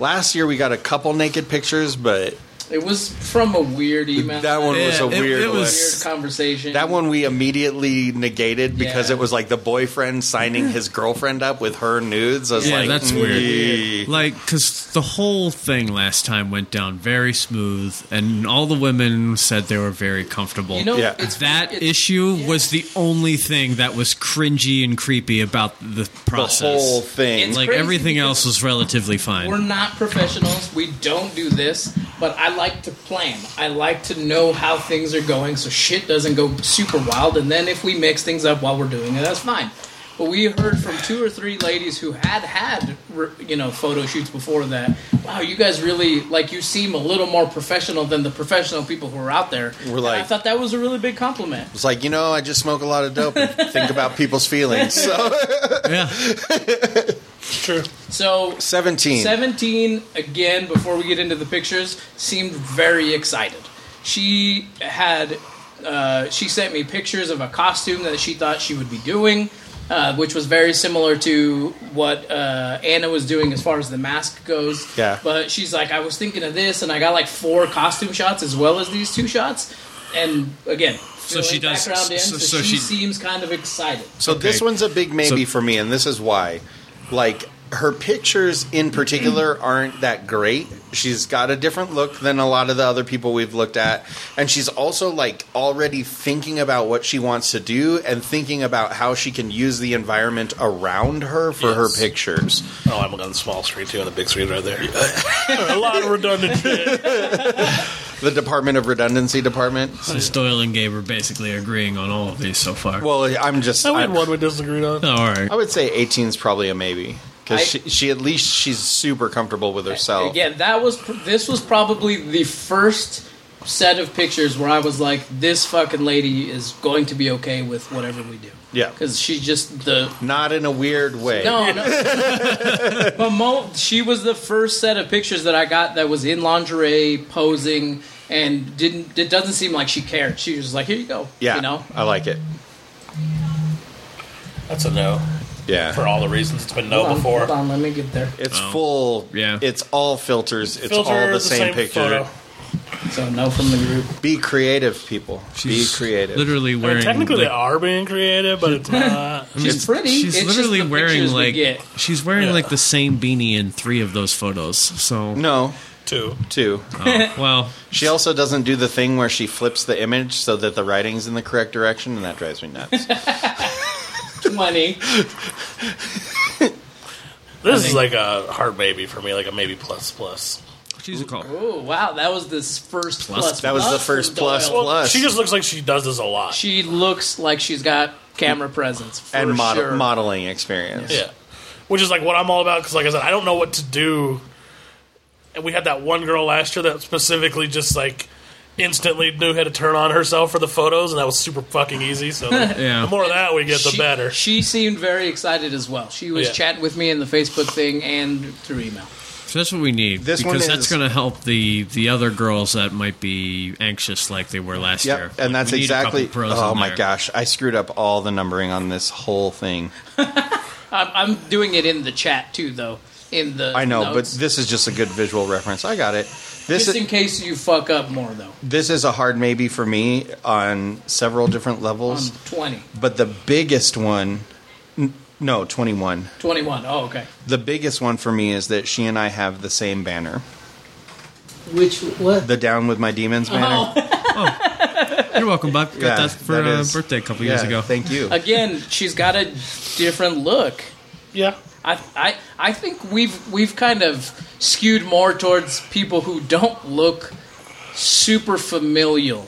S6: Last year we got a couple naked pictures, but
S7: It was from a weird email.
S6: that one was
S5: Yeah,
S6: a
S5: it-
S6: weird
S5: it was-
S7: weird conversation.
S6: one. That one we immediately negated because
S7: Yeah.
S6: it was like the boyfriend signing his girlfriend up with her nudes. I was
S5: Yeah,
S6: like,
S5: that's weird.
S6: "Mm."
S5: Like, because the whole thing last time went down very smooth, and all the women said they were very comfortable.
S7: You know,
S6: Yeah.
S7: it's,
S5: that
S7: it's-
S5: issue
S7: yeah.
S5: was the only thing that was cringy and creepy about the
S6: The
S5: process.
S6: whole thing.
S7: It's-
S5: like
S7: crazy
S5: everything
S7: because
S5: else was relatively fine.
S7: We're not professionals. We don't do this, but I like to plan. I like to know how things are going so shit doesn't go super wild. And then if we mix things up while we're doing it, that's fine. But we heard from two or three ladies who had had, re- you know, photo shoots before that. Wow, you guys really like you seem a little more professional than the professional people who are out there.
S6: We're
S7: And I
S6: like-
S7: thought that was a really big compliment.
S6: it's like, you know, I just smoke a lot of dope and think about people's feelings. So
S5: yeah,
S4: True.
S7: So
S6: 17.
S7: 17 again before we get into the pictures seemed very excited she had uh, she sent me pictures of a costume that she thought she would be doing uh, which was very similar to what uh, Anna was doing as far as the mask goes.
S6: Yeah.
S7: But she's like, I was thinking of this, and I got like four costume shots as well as these two shots. And again, so
S5: she does-
S7: Background in, so,
S5: so- so
S7: she
S5: she-
S7: seems kind of excited.
S6: So this
S5: Okay.
S6: one's a big maybe
S5: So-
S6: for me, and this is why. Like her pictures in particular aren't that great. She's got a different look than a lot of the other people we've looked at, and she's also like already thinking about what she wants to do and thinking about how she can use the environment around her for her
S4: Yes.
S6: pictures.
S4: Oh, I'm on the small screen too, on the big screen right there. a lot of redundant shit.
S6: The Department of Redundancy department.
S5: so Stoyle and Gabe are basically agreeing on all of these so far.
S6: Well, I'm just
S4: I
S6: I,
S4: had one we disagreed on.
S5: all right.
S6: I would say 18 is probably a maybe because
S7: I-
S6: she, she at least she's super comfortable with herself.
S7: Again, that was pr- this was probably the first set of pictures where I was like, this fucking lady is going to be okay with whatever we do.
S6: Yeah.
S7: because she just the
S6: Not in a weird way.
S7: no, no. but Mo, she was the first set of pictures that I got that was in lingerie posing. and didn't. It doesn't seem like she cared. She was like, "Here you go."
S6: Yeah,
S7: you know.
S6: I like it.
S4: That's a no.
S6: Yeah,
S4: For all the reasons it's been no
S7: Hold on,
S4: before.
S7: hold on, let me get there.
S6: it's full.
S5: Oh. yeah.
S6: it's all filters. It's
S4: Filter
S6: all the, same, picture.
S4: photo.
S7: So no from the group.
S6: Be creative, people.
S5: She's
S6: Be creative.
S5: Literally
S4: I mean,
S5: wearing.
S4: technically, they
S5: like,
S4: are being creative, but it's not.
S7: She's pretty.
S5: She's
S7: it's just
S5: literally
S7: the
S5: wearing
S7: pictures we
S5: like
S7: get.
S5: she's wearing
S4: Yeah.
S5: like the same beanie in three of those photos. So
S6: No,
S4: Two.
S6: two.
S5: oh, well,
S6: She also doesn't do the thing where she flips the image so that the writing's in the correct direction, and that drives me nuts.
S7: Twenty.
S4: This is like a hard maybe for me, like a maybe plus plus.
S5: she's a call.
S7: Oh wow, that was this first plus.
S6: that was the
S7: plus
S6: first
S7: from Doyle.
S6: plus
S4: Well,
S6: plus.
S4: she just looks like she does this a lot.
S7: She looks like she's got camera presence for
S6: and model,
S7: sure.
S6: modeling experience.
S4: Yeah. Which is like what I'm all about because, like I said, I don't know what to do. And we had that one girl last year that specifically just like instantly knew how to turn on herself for the photos, and that was super fucking easy. So the,
S5: Yeah.
S4: the more of that we get, the
S7: she,
S4: better.
S7: She seemed very excited as well. She was
S4: Yeah.
S7: chatting with me in the Facebook thing and through email.
S5: So that's what we need
S6: This one
S5: because that's
S6: is-
S5: going to help the the other girls that might be anxious like they were last
S6: Yep,
S5: year. Like,
S6: and that's
S5: we need a couple
S6: exactly.
S5: pros
S6: Oh
S5: in
S6: my
S5: there.
S6: gosh, I screwed up all the numbering on this whole thing.
S7: I'm, I'm doing it in the chat too, though. In the
S6: I know,
S7: notes.
S6: but this is just a good visual reference. I got it. This
S7: just
S6: is,
S7: in case you fuck up more though.
S6: this is a hard maybe for me on several different
S7: On
S6: levels,
S7: 20,
S6: but the biggest one, n- no, twenty one.
S7: 21. Oh, okay.
S6: The biggest one for me is that she and I have the same banner,
S9: Which what?
S6: the Down with My Demons banner.
S5: You're welcome, Buck. Got
S6: Yeah,
S5: that for
S6: that
S5: uh,
S6: is-
S5: birthday a couple
S6: Yeah,
S5: years ago.
S6: Thank you.
S7: Again, she's got a different look.
S4: yeah.
S7: I, I, I think we've we've kind of skewed more towards people who don't look super familial.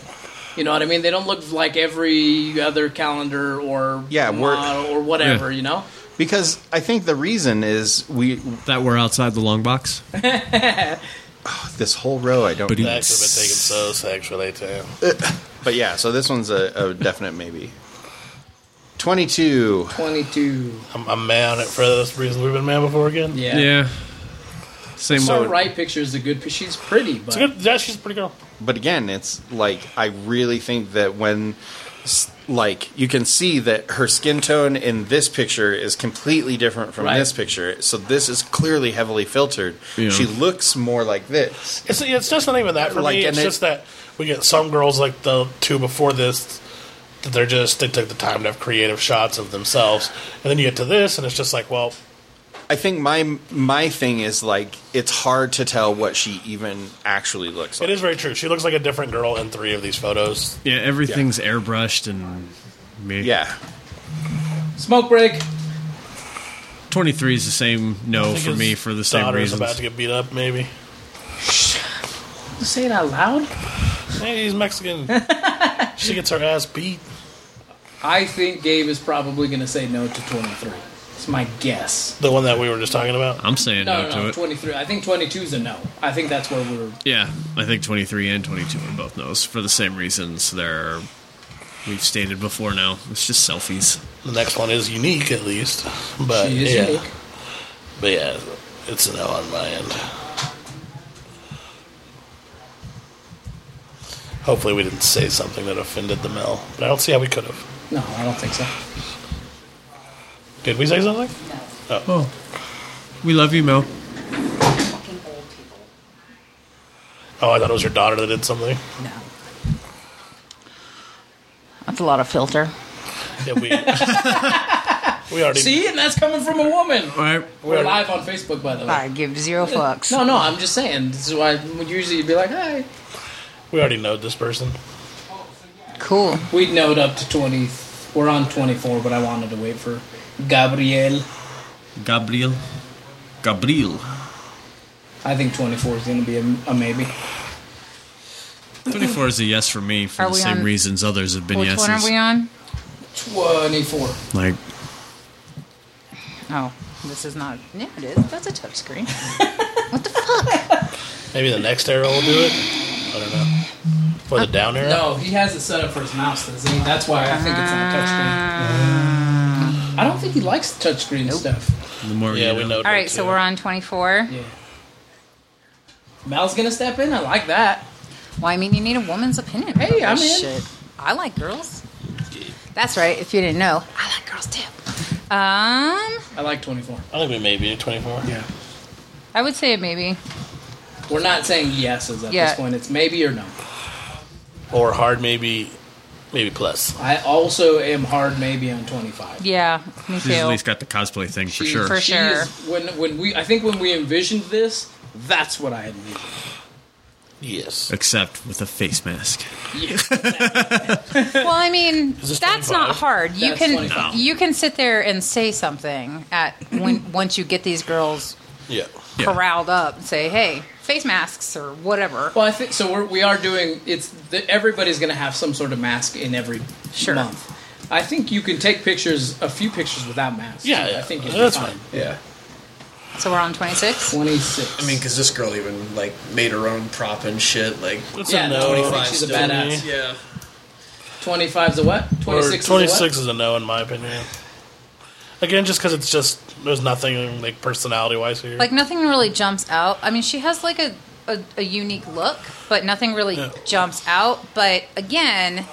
S7: You know what I mean? They don't look like every other calendar or
S6: Yeah, we're-
S7: model or whatever.
S5: Yeah.
S7: You know,
S6: Because I think the reason is we
S5: That we're outside the long box.
S6: this whole row I don't.
S5: But he-
S4: That could have been taken so sexually too.
S6: But yeah, so this one's a, a definite maybe. Twenty two.
S7: twenty two.
S4: I'm, I'm mad at for this reason we've been mad before again.
S7: Yeah.
S5: Yeah. Same
S7: So
S5: one.
S7: right picture is a good. pi- She's pretty, but
S4: It's good. Yeah, she's a pretty girl.
S6: But again, it's like I really think that when s- like you can see that her skin tone in this picture is completely different from
S7: Right.
S6: this picture. So this is clearly heavily filtered.
S5: Yeah.
S6: She looks more like this.
S4: It's, it's just not even that for
S6: Like,
S4: me.
S6: and
S4: It's
S6: it-
S4: just that we get some girls like the two before this that they're just they took the time to have creative shots of themselves, and then you get to this, and it's just like, well,
S6: I think my my thing is like it's hard to tell what she even actually looks like.
S4: It is very true. She looks like a different girl in three of these photos.
S5: Yeah, everything's airbrushed and. Me.
S6: Yeah.
S7: smoke break.
S5: 23 is the same
S4: I
S5: no
S4: think
S5: for
S4: his
S5: me for the same
S4: daughter's
S5: reasons.
S4: about to get beat up, maybe.
S7: Say it out loud.
S4: Hey, he's Mexican. she gets her ass beat.
S7: I think Gabe is probably going to say no to twenty three. It's my guess.
S4: The one that we were just talking about.
S5: I'm saying no,
S7: No, no,
S5: to
S7: no,
S5: it.
S7: twenty three. I think twenty two is a no. I think that's where we're
S5: yeah, I think 23 and 22 are both no's for the same reasons they're. We've stated before now. It's just selfies.
S4: The next one is unique, at least. But
S7: She is
S4: Uh, yeah,
S7: unique.
S4: but yeah, it's a no on my end. Hopefully, we didn't say something that offended the mill, but I don't see how we could have.
S7: No, I don't think so.
S4: Did we say something?
S5: Oh. We love you, Mel.
S9: Fucking old people.
S4: Oh, I thought it was your daughter that did something.
S9: No. That's a lot of filter.
S4: Yeah, we we already
S7: See, and that's coming from a woman.
S5: All right.
S7: We're live on Facebook, by the way.
S9: I give zero fucks.
S7: No, no, I'm just saying. This is why usually you'd be like, "Hi."
S4: we already know this person.
S9: Cool.
S7: We'd know it up to twenty. We're on twenty-four, but I wanted to wait for Gabriel.
S5: Gabriel. Gabriel.
S7: I think twenty-four is going to be a, a maybe.
S5: 24 is a yes for me for
S9: Are
S5: the
S9: we
S5: same
S9: on-
S5: reasons others have been
S9: Which
S5: yeses.
S9: one are we on?
S7: Twenty-four.
S5: Like,
S9: Oh, this is not. Yeah, it is. That's a touch screen.
S4: Maybe the next arrow will do it. I don't know. For the down arrow.
S7: No, he has it set up for his mouse. doesn't he? That's why I think it's on a touchscreen. I don't think he likes touchscreen stuff.
S5: the more
S4: Yeah,
S5: you
S4: we
S5: know.
S4: know.
S9: All right, so we're on 24.
S7: Mal's gonna step in. I like that.
S9: Well, I mean, you need a woman's opinion. about
S7: Hey, I'm
S9: this
S7: in.
S9: Shit. I like girls. That's right. If you didn't know, I like girls too. Um,
S7: I like 24.
S4: I think we may be at 24. Yeah.
S9: I would say maybe.
S7: We're not saying yeses at
S9: Yeah.
S7: this point. It's maybe or no.
S4: Or hard maybe, maybe plus.
S7: I also am hard maybe on
S4: Mm,
S7: 25.
S9: Yeah, me
S5: She's at
S9: too.
S5: least got the cosplay thing for
S7: She-
S5: sure.
S9: For
S7: she
S9: sure.
S7: is- when when we I think when we envisioned this, that's what I had envisioned.
S4: Yes.
S5: Except with a face mask.
S9: Well, I mean,
S4: this
S9: that's
S4: 25?
S9: not hard. You
S7: That's
S9: can
S7: 25.
S9: you can sit there and say something at when once you get these girls
S4: Yeah.
S5: Yeah.
S9: corralled up and say, "Hey, face masks or whatever."
S7: Well, I think so. We're, we are doing it's the, everybody's going to have some sort of mask in every
S9: Sure.
S7: month. I think you can take pictures, a few pictures without masks.
S4: Yeah, yeah.
S7: I think
S4: Uh,
S7: it's
S4: that's
S7: fine.
S10: Yeah.
S9: So we're on 26.
S7: Twenty six.
S10: I mean, because this girl even like made her own prop and shit. Like,
S4: That's
S7: yeah,
S4: a no.
S7: 25
S10: 25
S7: she's a
S10: still.
S7: badass.
S10: yeah,
S7: Twenty five's a what? Twenty
S4: Or
S7: six.
S4: 26 is a no in my opinion. Again, just because it's just there's nothing like personality wise here.
S9: Like nothing really jumps out. I mean, she has like a a, a unique look, but nothing really
S4: Yeah.
S9: jumps out. But again,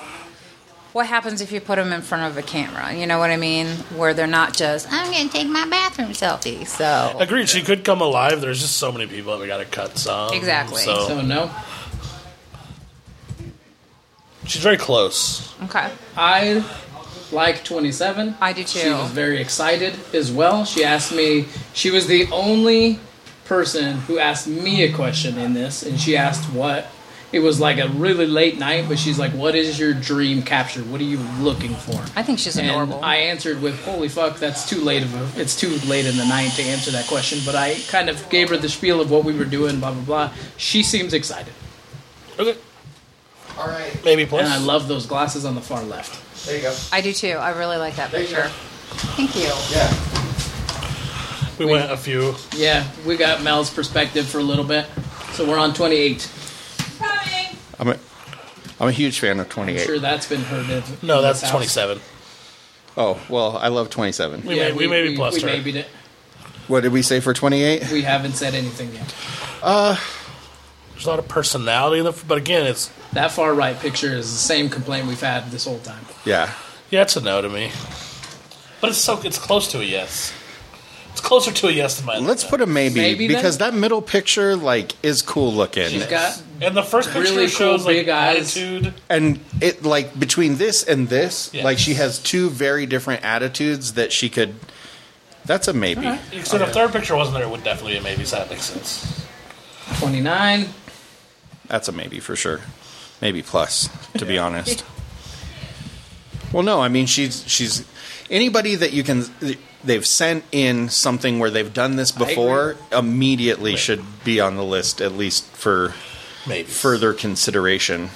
S9: what happens if you put them in front of a camera? You know what I mean? Where they're not just I'm going to take my bathroom selfie. So
S4: Agreed. She could come alive. There's just so many people that we got to cut some.
S9: Exactly.
S4: So,
S7: So no,
S4: she's very close.
S9: okay,
S7: I like twenty seven.
S9: I do too.
S7: She was very excited as well. She asked me. She was the only person who asked me a question in this, and she asked what. It was like a really late night, but she's like, "What is your dream capture? What are you looking for?"
S9: I think she's
S7: And
S9: adorable.
S7: I answered with, "Holy fuck, that's too late of a, it's too late in the night to answer that question." But I kind of gave her the spiel of what we were doing, blah blah blah. She seems excited,
S4: Okay.
S6: All right,
S4: Maybe plus.
S7: and I love those glasses on the far left.
S6: there you go.
S9: I do too. I really like that
S6: you
S9: picture.
S6: go.
S9: Thank you.
S6: Yeah.
S4: we went a few.
S7: Yeah, we got Mel's perspective for a little bit, so we're on 28.
S8: Coming.
S6: I'm a, I'm a huge fan of 28.
S7: Sure, that's been heard of.
S4: No,
S7: in
S4: that's
S7: this house.
S4: 27.
S6: Oh, well, I love 27.
S4: We, may, we, may be plus
S7: we,
S4: her.
S7: maybe did-
S6: What did we say for 28?
S7: we haven't said anything yet.
S4: There's a lot of personality in the. But again, it's
S7: That far right picture is the same complaint we've had this whole time.
S6: Yeah.
S4: yeah, it's a no to me. But it's so it's close to a yes. It's closer to a yes than my.
S6: Let's put a maybe,
S7: Maybe then?
S6: because that middle picture like is cool looking.
S7: She's got
S4: And the first picture
S7: really
S4: shows
S7: cool
S4: like
S7: big eyes.
S4: attitude.
S6: and it like between this and this,
S4: Yeah.
S6: like she has two very different attitudes that she could That's a maybe.
S4: So the third picture wasn't there, it would definitely be a maybe. So that makes sense.
S7: 29.
S6: That's a maybe for sure. Maybe plus, to be honest. Well, no, I mean she's she's anybody that you can they've sent in something where they've done this
S7: agree.
S6: before immediately should be on the list at least for
S4: Maybe
S6: further consideration.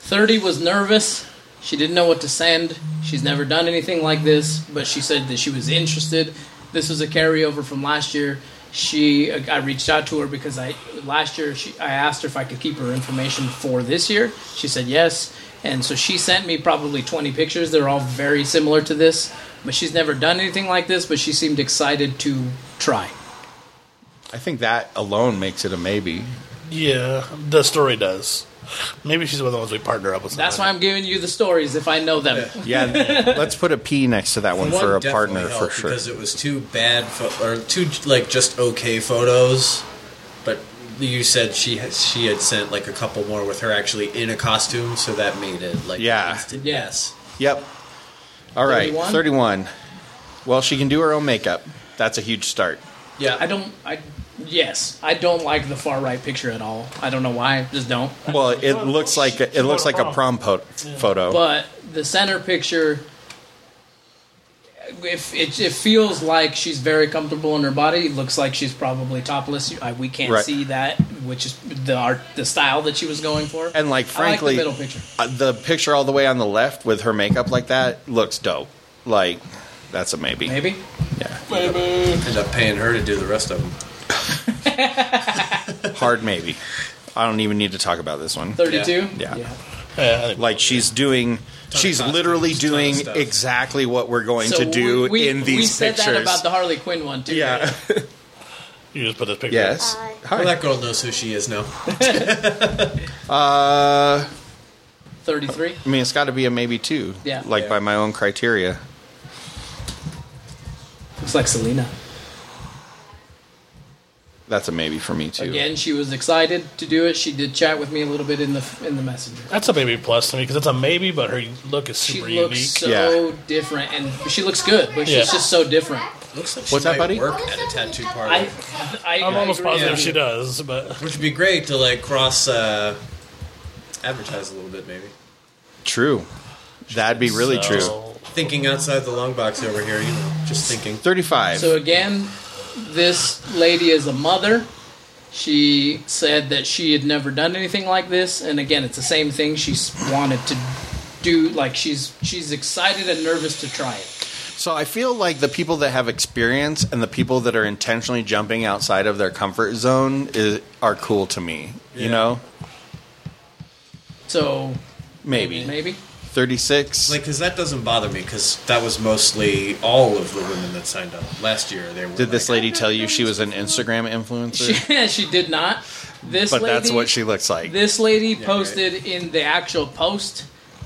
S7: 30 was nervous. She didn't know what to send. She's never done anything like this, but she said that she was interested. This was a carryover from last year. She, uh, I reached out to her because I last year she, I asked her if I could keep her information for this year. She said yes, and so she sent me probably 20 pictures. They're all very similar to this, but she's never done anything like this. But she seemed excited to try.
S6: I think that alone makes it a maybe.
S4: Yeah, the story does. Maybe she's one of the ones we partner up with.
S7: That's why I'm giving you the stories if I know them.
S6: Yeah, let's put a P next to that one, for a
S10: definitely
S6: partner for
S10: helped
S6: sure.
S10: because it was two bad pho- or two like just okay photos, but you said she had, she had sent like a couple more with her actually in a costume, so that made it like
S6: Yeah.
S10: instant
S7: Yeah.
S10: yes.
S6: Yep. All right,
S7: 31?
S6: 31. Well, she can do her own makeup. That's a huge start.
S10: Yeah,
S7: I don't. I yes, I don't like the far right picture at all. I don't know why. Just don't.
S6: Well, it looks like it looks like a prom po- photo.
S7: But the center picture, if it, it feels like she's very comfortable in her body, it looks like she's probably topless. You- I, we can't
S6: Right.
S7: see that, which is the art, the style that she was going for. I
S6: and like
S7: like the
S6: frankly,
S7: middle picture.
S6: uh, the picture all the way on the left with her makeup like that looks dope. Like that's a maybe.
S7: Maybe
S10: end up paying her to do the rest of them.
S6: Hard maybe. I don't even need to talk about this one.
S7: thirty-two.
S6: Yeah.
S4: Yeah, I think-
S6: Like she's doing she's
S10: costumes,
S6: literally
S10: ton of
S6: doing
S10: stuff.
S6: exactly what we're going
S7: So
S6: to do
S7: we, we,
S6: in these
S7: we said
S6: pictures.
S7: that about the Harley Quinn one too.
S6: yeah.
S4: You just put this picture.
S10: Yes.
S4: Hi.
S10: Well, that girl knows who she is now.
S6: Uh,
S7: 33?
S6: I mean, it's got to be a maybe two.
S7: Yeah.
S6: Like
S7: Yeah.
S6: by my own criteria.
S7: Looks like Selena.
S6: That's a maybe for me too.
S7: Again, she was excited to do it. She did chat with me a little bit in the in the messenger.
S4: That's a maybe plus to me because it's a maybe, but her look is
S7: She
S4: super unique.
S7: looks so different, and she looks good, but
S4: Yeah.
S7: she's just so different.
S10: Looks like
S4: she What's that, might buddy?
S10: Work at a tattoo parlor.
S7: I, I,
S4: I'm almost
S7: agree.
S4: positive she does, but
S10: which would be great to like cross uh, advertise a little bit, maybe.
S6: True. That'd be really true.
S10: Thinking outside the long box over here, you know, just thinking.
S6: Thirty-five.
S7: So again, this lady is a mother. She said that she had never done anything like this, and again, it's the same thing she's wanted to do. Like she's she's excited and nervous to try it.
S6: So I feel like the people that have experience and the people that are intentionally jumping outside of their comfort zone is, are cool to me. You know,
S7: So
S6: maybe
S7: maybe
S6: thirty-six.
S10: Like, because that doesn't bother me, because that was mostly all of the women that signed up last year. They were.
S6: Did this lady tell you she was an Instagram influencer?
S7: She, she did not. This
S6: but
S7: lady,
S6: that's what she looks like.
S7: This lady posted in the actual post.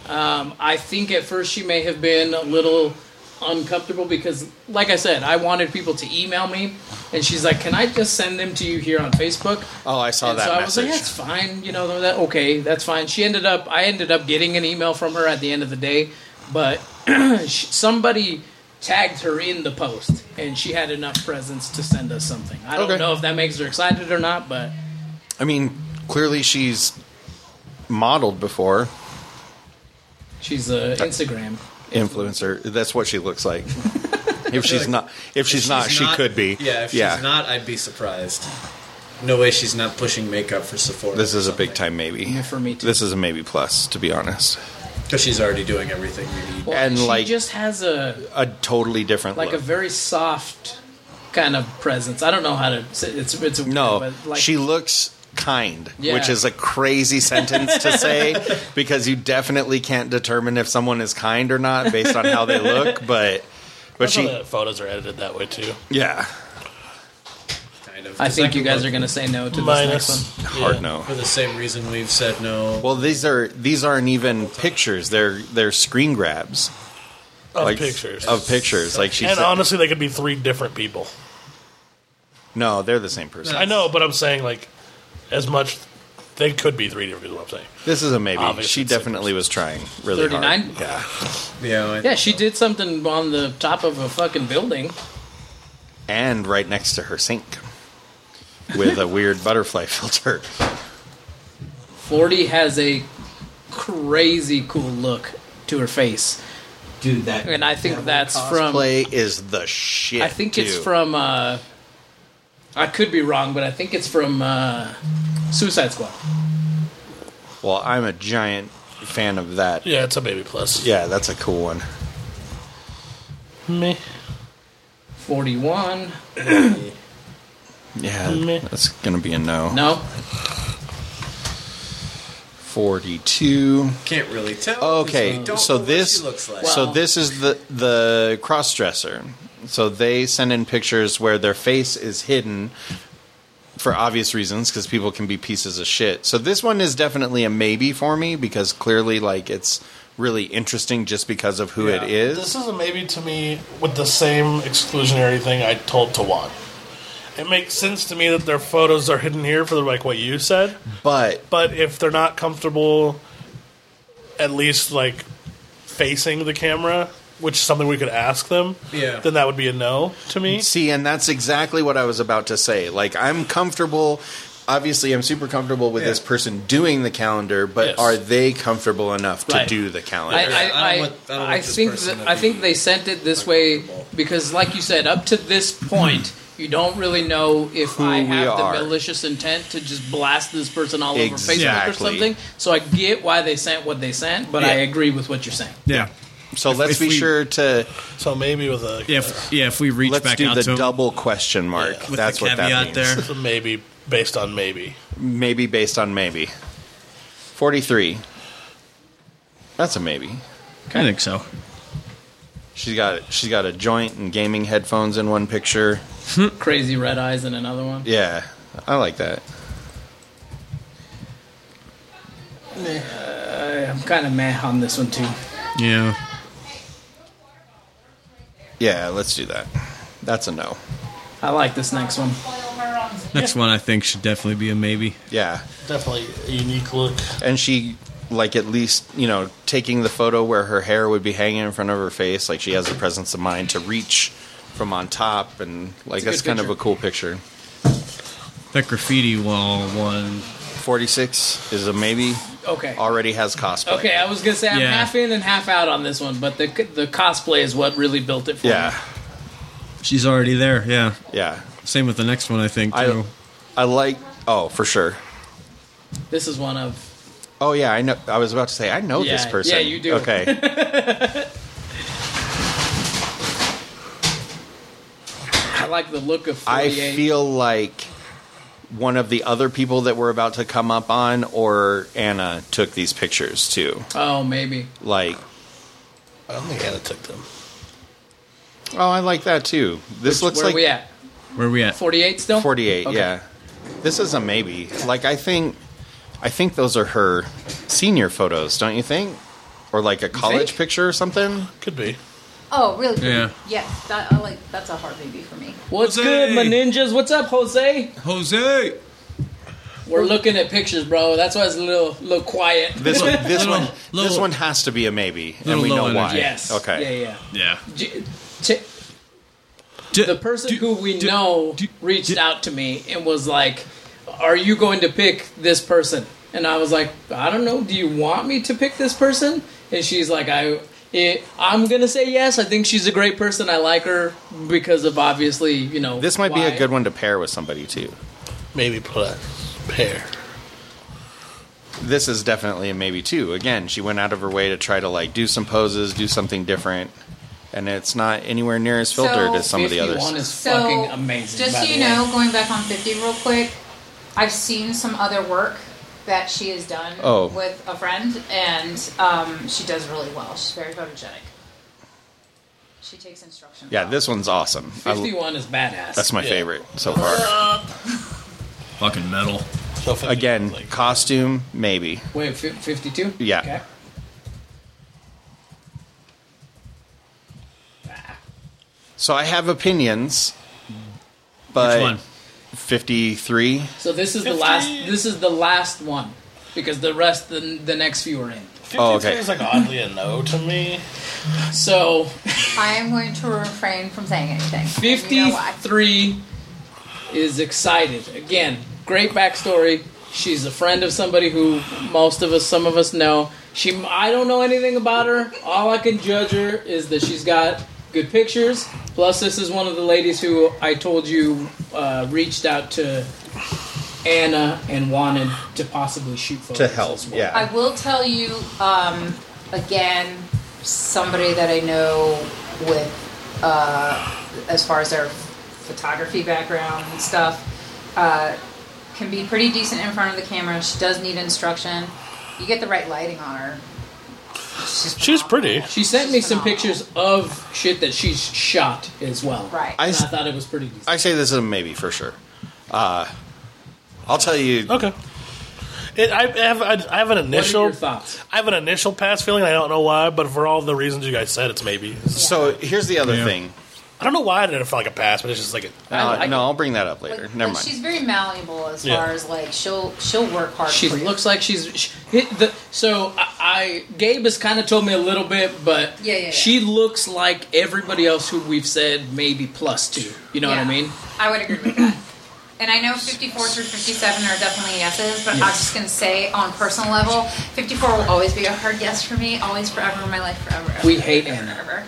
S7: Um, I think at first she may have been a little uncomfortable because, like I said, I wanted people to email me, and she's like, "Can I just send them to you here on Facebook?"
S6: Oh, I saw
S7: and
S6: that
S7: so I was
S6: message.
S7: like, "That's fine, you know that okay, that's fine." She ended up. I ended up getting an email from her at the end of the day, but she- somebody tagged her in the post, and she had enough presence to send us something. I don't
S6: Okay.
S7: know if that makes her excited or not, but
S6: I mean, clearly she's modeled before
S7: she's an Instagram.
S6: influencer. That's what she looks like. if she's
S10: Like,
S6: not, if she's, not, she could be.
S10: Yeah, if
S6: yeah.
S10: she's not, I'd be surprised. No way she's not pushing makeup for Sephora.
S6: this is a big time maybe.
S10: for me too.
S6: This is a maybe plus, to be honest.
S10: Because she's already doing everything we need.
S7: Well,
S6: and
S7: she
S6: like
S7: just has a
S6: a totally different
S7: like a
S6: look.
S7: very soft kind of presence. I don't know how to. Say, it's it's a,
S6: no,
S7: but like
S6: she looks kind,
S7: Yeah.
S6: which is a crazy sentence to say because you definitely can't determine if someone is kind or not based on how they look. But but
S4: That's how
S6: she,
S4: the photos are edited that way too.
S6: yeah,
S10: Kind of.
S7: I
S10: Does
S7: think
S10: that
S7: you guys
S10: look-
S7: are going to say no to
S10: Minus.
S7: this next one.
S6: hard no.
S10: For the same reason we've said no.
S6: Well, these are these aren't even pictures. They're they're screen grabs
S4: Of
S6: Like,
S4: pictures.
S6: of pictures. Like she
S4: and
S6: said,
S4: honestly, they could be three different people.
S6: no, they're the same person.
S4: I know, but I'm saying like as much. They could be three different people. I'm saying.
S6: This is a maybe.
S4: Obviously,
S6: she
S4: it's the same
S6: definitely was trying really hard.
S7: 39?
S6: Yeah,
S10: yeah,
S7: Yeah, she did something on the top of a fucking building.
S6: and right next to her sink with a weird butterfly filter.
S7: Forty has a crazy cool look to her face,
S10: dude. That
S7: and I think that's from.
S6: Play is the shit.
S7: I think it's
S6: dude.
S7: from. uh I could be wrong, but I think it's from uh Suicide Squad.
S6: Well, I'm a giant fan of that.
S4: Yeah, it's a baby plus.
S6: Yeah, that's a cool one.
S4: Me.
S7: Forty-one.
S6: Yeah,
S7: Meh.
S6: that's gonna be a no.
S7: No,
S6: Forty-two.
S10: Can't really tell.
S6: Okay,
S10: because we don't
S6: so
S10: know what
S6: this
S10: she looks like.
S6: so
S7: Wow.
S6: this is the the crossdresser. So they send in pictures where their face is hidden for obvious reasons because people can be pieces of shit. So this one is definitely a maybe for me because clearly like it's really interesting just because of who it is.
S4: This is a maybe to me with the same exclusionary thing I told Tawan. It makes sense to me that their photos are hidden here for the, like what you said,
S6: but
S4: but if they're not comfortable, at least like facing the camera, which is something we could ask them,
S10: Yeah.
S4: then that would be a no to me.
S6: See, and that's exactly what I was about to say. Like, I'm comfortable. Obviously, I'm super comfortable with
S10: Yeah.
S6: this person doing the calendar, but
S4: Yes.
S6: are they comfortable enough to
S7: Right.
S6: do the
S7: I,
S6: calendar?
S10: I
S7: I,
S10: don't
S7: I,
S10: want- I don't
S7: I,
S10: want this
S7: think
S10: person
S7: that,
S10: to
S7: I think
S10: be
S7: they sent it this way because, like you said, up to this point, you don't really know if
S6: Who
S7: I
S6: we
S7: have
S6: are.
S7: the malicious intent to just blast this person all over Facebook
S6: Exactly.
S7: or something. So I get why they sent what they sent, but I
S6: Yeah.
S7: agree with what you're saying.
S5: Yeah.
S6: so let's
S5: if
S6: be
S5: we-
S6: sure to
S4: So maybe with a
S5: Yeah, if, yeah, if we reach
S6: let's
S5: back
S6: do
S5: out
S6: the
S5: to 'em
S6: double question mark.
S5: with
S6: That's
S5: the
S6: what that
S5: caveat
S6: means.
S5: there.
S4: it's a maybe based on maybe.
S6: Maybe based on maybe. Forty-three. That's a maybe.
S5: I think so.
S6: She's got she's got a joint and gaming headphones in one picture.
S7: Crazy red eyes in another one.
S6: Yeah, I like that.
S7: Uh, I'm kind of meh on this one too.
S5: Yeah.
S6: Yeah, let's do that. That's a no.
S7: I like this next one.
S5: Next one I think should definitely be a maybe.
S6: Yeah.
S4: Definitely a unique look.
S6: And she like at least, you know, taking the photo where her hair would be hanging in front of her face, like she has the presence of mind to reach from on top and like
S5: It's a
S6: that's
S5: good
S6: kind of
S5: picture.
S6: a cool picture.
S5: That graffiti wall one
S6: forty six is a maybe.
S7: Okay.
S6: Already has cosplay.
S7: Okay, I was gonna say I'm
S6: Yeah.
S7: half in and half out on this one, but the the cosplay is what really built it for me.
S6: Yeah.
S5: She's already there. Yeah.
S6: Yeah.
S5: Same with the next one I think
S6: I-
S5: too.
S6: I like oh for sure.
S7: This is one of
S6: Oh yeah, I know. I was about to say I know this
S7: Yeah,
S6: person.
S7: yeah, you do.
S6: Okay,
S7: I like the look of 48.
S6: I feel like one of the other people that we're about to come up on or Anna took these pictures too.
S7: Oh, maybe.
S6: Like,
S4: I don't think Anna took them.
S6: oh, I like that too. This looks
S7: Where
S6: like
S7: are we at?
S5: Where are we at?
S7: 48 still?
S6: Forty-eight.
S7: Okay.
S6: Yeah, this is a maybe. Like I think, I think those are her senior photos, don't you think? Or like a college picture or something.
S4: Could be.
S9: Oh, really?
S6: Yeah.
S9: Yes, that, I like, that's a hard maybe for me.
S7: What's good, my ninjas? What's up, Jose?
S5: Jose.
S7: We're looking at pictures, bro. That's why it's a little little quiet.
S6: This one, this one, this one has to be a maybe, and
S5: little
S6: we know
S5: low
S6: why.
S5: energy.
S7: Yes.
S6: Okay.
S7: Yeah,
S5: Yeah.
S7: yeah. J- t- the person who we know reached out to me and was like, "Are you going to pick this person?" And I was like, "I don't know. Do you want me to pick this person?" And she's like, "I." It, I'm gonna say yes. I think she's a great person. I like her because of obviously, you know.
S6: This might be
S7: why.
S6: a good one to pair with somebody too.
S4: Maybe put pair.
S6: This is definitely a maybe too. Again, she went out of her way to try to like do some poses, do something different, and it's not anywhere near as filtered
S9: So-
S6: as some of the others.
S7: 51 is
S9: So,
S7: fucking amazing.
S9: Just
S7: by
S9: so
S7: the
S9: you
S7: way.
S9: know, going back on 50 real quick, I've seen some other work that she has done
S6: Oh.
S9: with a friend, and um, she does really well. She's very photogenic. She takes instruction.
S6: yeah, this one's awesome. I-
S7: 51 is badass.
S6: That's my
S7: Yeah.
S6: favorite so far.
S9: Uh,
S5: Fucking metal.
S6: Again, costume maybe.
S7: Wait, fif- 52?
S6: Yeah.
S7: Okay.
S6: So I have opinions, but
S5: one?
S6: fifty-three.
S7: So this is the last. This is the last one because the rest, the, the next few are in.
S6: Oh, okay.
S4: It's like oddly a no to me.
S7: So
S9: I am going to refrain from saying anything. You know why.
S7: fifty-three is excited again. Great backstory. She's a friend of somebody who most of us, some of us know. She, I don't know anything about her. All I can judge her is that she's got good pictures. Plus, this is one of the ladies who I told you uh, reached out to Anna and wanted to possibly shoot photos
S6: help,
S7: as well.
S6: yeah.
S9: I will tell you um, again, somebody that I know with, uh, as far as their photography background and stuff, uh, can be pretty decent in front of the camera. She does need instruction. You get the right lighting on her.
S4: She's pretty.
S7: She sent me some pictures of shit that she's shot as well.
S9: Right.
S7: I,
S6: I
S7: I
S6: s-
S7: thought it was pretty decent.
S6: I say this is a maybe for sure. Uh, I'll tell you.
S4: Okay. It, I have I have an initial
S7: your thoughts?
S4: I have an initial pass feeling. I don't know why, but for all the reasons you guys said, it's maybe.
S6: So here's the other thing.
S4: I don't know why I didn't feel like a pass, but it's just like a,
S6: Uh, no, I'll bring that up later.
S9: Like,
S6: Never mind.
S9: She's very malleable as
S4: Yeah.
S9: far as like she'll she'll work hard.
S7: She
S9: for you.
S7: looks like she's she, hit the. So I, I Gabe has kind of told me a little bit, but
S9: Yeah, yeah, yeah.
S7: she looks like everybody else who we've said maybe plus two. You know what I
S9: Yeah.
S7: mean?
S9: I would agree with that. And I know 54 through 57 are definitely yeses, but I was just going to say on a personal level, 54 will always be a hard yes for me, always, forever, my life, forever. ever,
S7: We hate
S9: ever,
S7: Anna.
S9: Ever.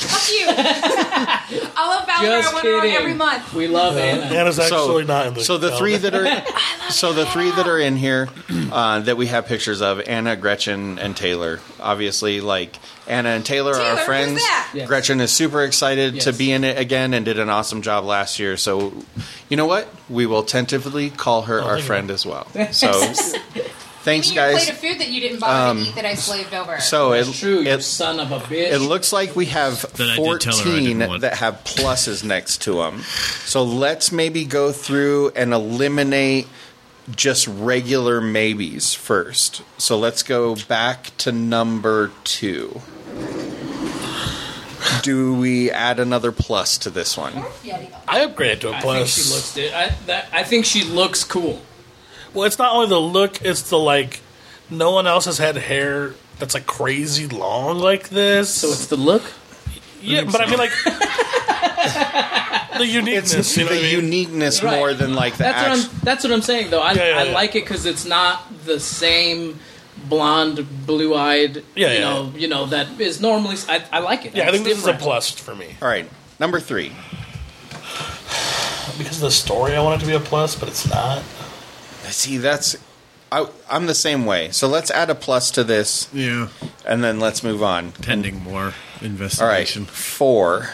S9: Fuck you! I love Valerie.
S7: Just
S9: Oh, I want her on
S7: kidding.
S9: every month.
S7: We love Anna.
S4: Anna's uh, actually not in the.
S6: So the three that are so the three that are in here uh, that we have pictures of Anna, Gretchen, and Taylor. Obviously, like Anna and Taylor, are
S9: Taylor,
S6: our
S9: who's
S6: friends.
S9: that? Yes.
S6: Gretchen is super excited to
S7: Yes.
S6: be in it again and did an awesome job last year.
S4: Oh,
S6: So you know what? We will tentatively call her our friend as well. So Thanks,
S9: Give me your
S6: guys.
S9: plate of food that you didn't bother
S6: Um,
S9: to eat that I slaved over.
S6: So it,
S7: true, you son of a bitch.
S6: It looks like we have
S5: Then I did tell her I didn't
S6: fourteen
S5: want-
S6: that have pluses next to them. So let's maybe go through and eliminate just regular maybes first. So let's go back to number two. Do we add another plus to this one?
S4: I upgraded to a
S7: I
S4: plus.
S7: think she looks. di- I, that, I think she looks cool.
S4: Well, it's not only the look; it's the like. No one else has had hair that's like crazy long like this. So
S7: it's the look.
S4: Yeah, but I mean, like the uniqueness. you know
S6: the
S4: what I mean?
S6: uniqueness
S7: Right.
S6: more than like the
S7: that's
S6: actual.
S7: what I'm. That's what I'm saying though. I,
S6: Yeah, yeah,
S7: I
S6: yeah.
S7: like it because it's not the same blonde, blue-eyed.
S6: Yeah,
S7: you
S6: yeah.
S7: know, you know that is normally. I, I like it.
S4: Yeah, I
S7: It's
S4: think this is a
S7: different.
S4: plus for me
S6: All right, number three.
S4: because of the story. I want it to be a plus, but it's not.
S6: See, that's I, I'm the same way. So let's add a plus to this.
S5: Yeah.
S6: And then let's move on.
S5: Pending more investigation.
S6: All right, four.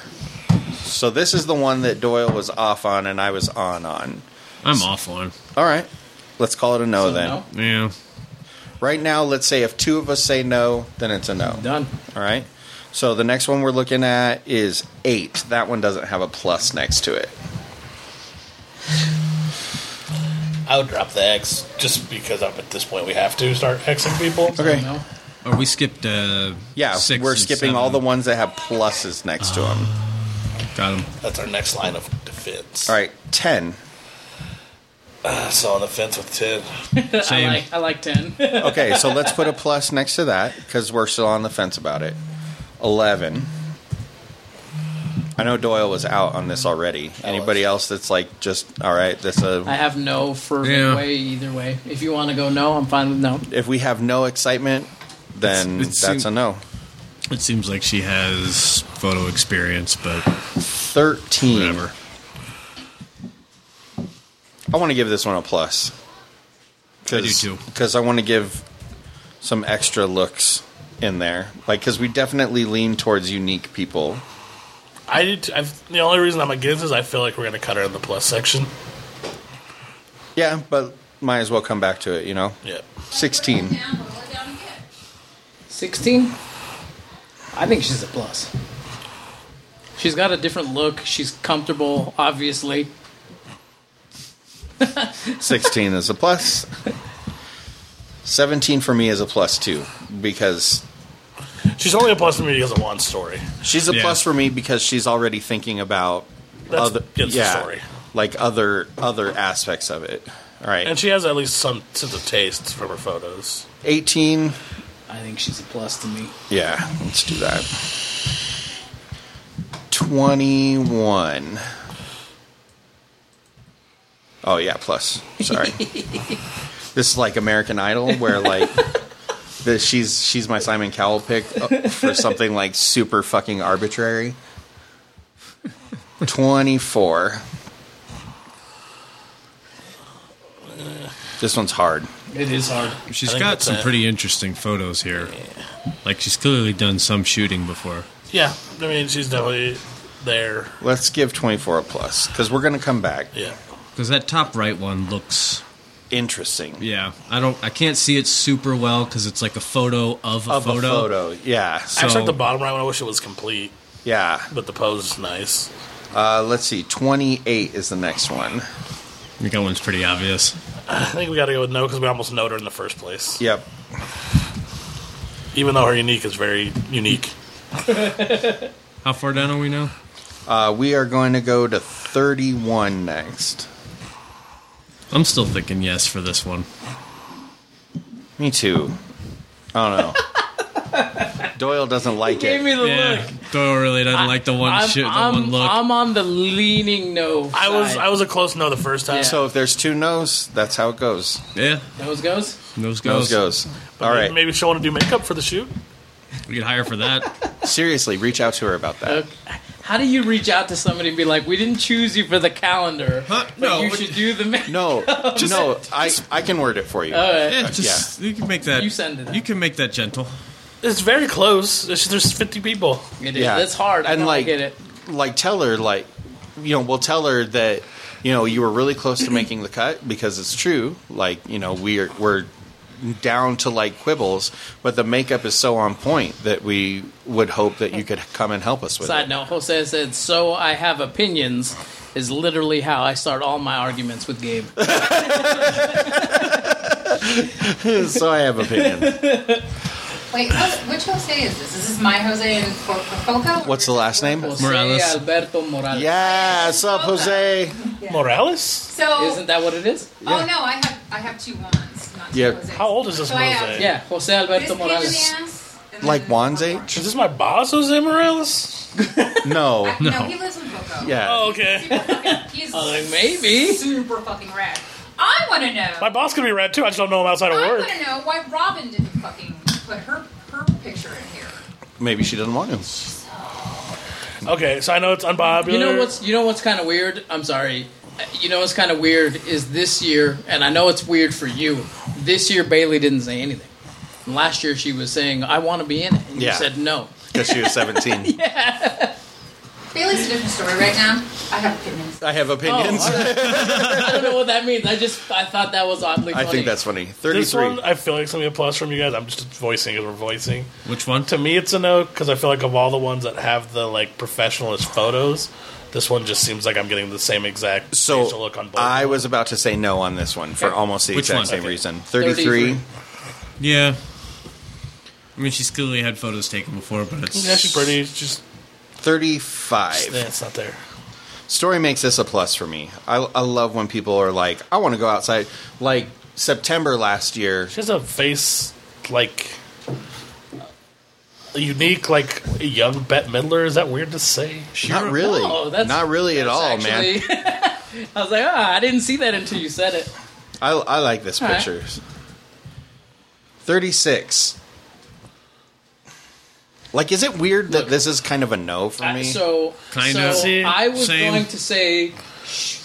S6: So this is the one that Doyle was off on, and I was on on.
S5: I'm off on.
S6: All right, let's call it a no then.
S5: Yeah.
S6: Right now, let's say if two of us say no, then it's a no.
S7: Done.
S6: All right. So the next one we're looking at is eight. That one doesn't have a plus next to it.
S4: I would drop the X just because I'm at this point we have to start Xing people.
S6: Okay.
S5: Or Oh, we skipped. Uh,
S6: Yeah, we
S5: six
S6: we're
S5: and
S6: skipping
S5: seven. Uh-huh.
S6: all the ones that have pluses next to them.
S5: Got him.
S4: That's our next line of defense.
S6: All right, ten.
S4: Uh, so on the fence with ten.
S7: I like. I like ten.
S6: Okay, so let's put a plus next to that because we're still on the fence about it. Eleven. I know Doyle was out on this already. Anybody else that's like just all right? This uh,
S7: I have no for
S6: Yeah.
S7: way either way. If you want to go no, I'm fine with no.
S6: if we have no excitement, then
S5: It's- it
S6: that's
S5: seem-
S6: a no.
S5: It seems like she has photo experience, but
S6: Hmm. thirteen.
S5: Whatever.
S6: I want to give this one a plus. Cause, I do too. Because I want to give some extra looks in there, like because we definitely lean towards unique people.
S4: I did. I've, the only reason I'm against is I feel like we're gonna cut her in the plus section.
S6: Yeah, but might as well come back to it, you know.
S4: Yeah.
S6: Sixteen.
S7: Sixteen. I think she's a plus. She's got a different look. She's comfortable, obviously.
S6: 16 is a plus. 17 for me is a plus two because
S4: She's only a plus for me because of one story.
S6: she's a plus for me because she's already thinking about
S4: That's-
S6: other
S4: yeah, it's a
S6: yeah,
S4: story.
S6: like other other aspects of it. All right.
S4: And she has at least some sense of taste from her photos.
S6: 18.
S7: I think she's a plus to me.
S6: Yeah, let's do that. 21. Oh yeah, plus. Sorry. this is like American Idol where like the, she's she's my Simon Cowell pick uh, for something like super fucking arbitrary. 24. This one's hard.
S7: It is hard.
S5: She's got some pretty interesting photos here. Like she's clearly done some shooting before.
S4: Yeah, I mean she's definitely there.
S6: Let's give 24 a plus cuz we're going to come back.
S4: Yeah.
S5: Because that top right one looks
S6: interesting.
S5: Yeah, I don't, I can't see it super well because it's like a photo of a
S6: Of a
S5: photo.
S6: photo, yeah.
S5: So
S4: Actually, like the bottom right one, I wish it was complete.
S6: Yeah.
S4: But the pose is nice.
S6: Uh, let's see. 28 is the next one.
S5: I think that one's pretty obvious.
S4: I think we got to go with no because we almost knowed her in the first place.
S6: Yep.
S4: Even though her unique is very unique.
S5: How far down are we now?
S6: Uh, we are going to go to 31 next.
S5: I'm still thinking yes for this one.
S6: Me too. I don't know. Doyle doesn't like
S7: Gave
S6: it.
S7: me the
S5: yeah, Doyle really doesn't like the one
S7: I'm,
S5: shit, the
S7: I'm,
S5: one look.
S7: I'm on the leaning no.
S4: I was
S7: side.
S4: I was a close no the first time.
S6: So if there's two no's, that's how it goes.
S5: Yeah.
S7: Nose goes.
S5: Nose goes.
S6: Nose goes.
S4: But
S6: All
S4: maybe,
S6: right.
S4: maybe she'll want to do makeup for the shoot.
S5: We could hire for that.
S6: Seriously, reach out to her about that.
S7: Okay. How do you reach out to somebody and be like, "We didn't choose you for the calendar, but
S5: no,
S7: you
S5: but-
S7: should do the makeup."
S6: No,
S7: Just-
S6: no, I, I can word it for you.
S7: All right.
S5: Yeah, just you can make that. You send it. You can make that gentle.
S4: It's very close. It's- there's 50 people.
S7: It
S6: Yeah.
S7: hard.
S6: And,
S7: know,
S6: like- like tell her like you know we'll tell her that you know you were really close to making the cut because it's true like you know we're we're down to like quibbles, but the makeup is so on point that we would hope that you could come and help us with it.
S7: Side note: Jose said, "So I have opinions." Is literally how I start all my arguments with Gabe.
S6: so I have opinion.
S9: Wait, Jose- which Jose is this? Is this my Jose in Fo- Foco?
S6: What's the last name?
S7: Jose Oh, Alberto Morales.
S6: Yeah, what's up, Jose?
S4: Morales?
S9: So,
S7: Isn't that what it is?
S9: oh no, I have I have two wands, not
S6: Yeah.
S9: two Jose.
S4: How old is this
S9: So I have
S4: Jose?
S7: Yeah, Jose
S9: this
S7: Alberto
S9: pain in the
S7: Morales.
S9: ass. and
S6: Like
S9: then-
S6: Juan's age?
S4: Is this my boss, Jose Morales?
S6: No.
S9: No, he lives in Foco.
S6: Yeah.
S4: Oh, okay.
S9: Super fucking- He's
S7: Like, maybe.
S9: super fucking rad. I want to know.
S4: My boss could be red too. I just don't know him outside of
S9: I
S4: work.
S9: want to know why Robin didn't fucking put her her picture in here.
S6: Maybe she doesn't want to.
S4: Okay, so I know it's unpopular.
S7: You know what's you know what's kind of weird. I'm sorry. Uh, You know what's kind of weird is this year, and I know it's weird for you. This year Bailey didn't say anything. And last year she was saying, "I want to be in it," and
S6: Yeah.
S7: you said no.
S6: Because she was 17.
S9: Bailey's a different story right now. I have opinions.
S6: I have opinions.
S7: Oh, I don't know what that means. I just I thought that was oddly.
S6: I
S7: Funny.
S6: think that's funny.
S4: this
S6: 33.
S4: one? I feel like it's gonna be a plus from you guys. I'm just voicing as we're voicing.
S5: Which one?
S4: To me, it's a no because I feel like of all the ones that have the like professionalist photos, this one just seems like I'm getting the same exact facial
S6: So
S4: look on both.
S6: I was about to say no on this one for almost the
S5: Which
S6: exact
S5: one?
S6: same
S5: Okay.
S6: reason. 33.
S5: Yeah. I mean, she's clearly had photos taken before, but it's
S4: yeah, she's pretty. It's just
S6: 35.
S4: yeah, it's not there.
S6: Story makes this a plus for me. I, I love when people are like, I want to go outside. Like September last year.
S4: She has a face like a unique, like a young Bette Midler. Is that weird to say?
S6: Not really.
S7: Oh, that's-
S6: Not really at all, man.
S7: Actually, I was like, ah, I didn't see that until you said it.
S6: I, I like this
S7: All right.
S6: picture. 36. Like, is it weird that this is kind of a no for
S7: I-
S6: me?
S7: Uh, so,
S5: Kind
S7: so
S5: of. See?
S7: I was
S5: Same.
S7: going to say, sh-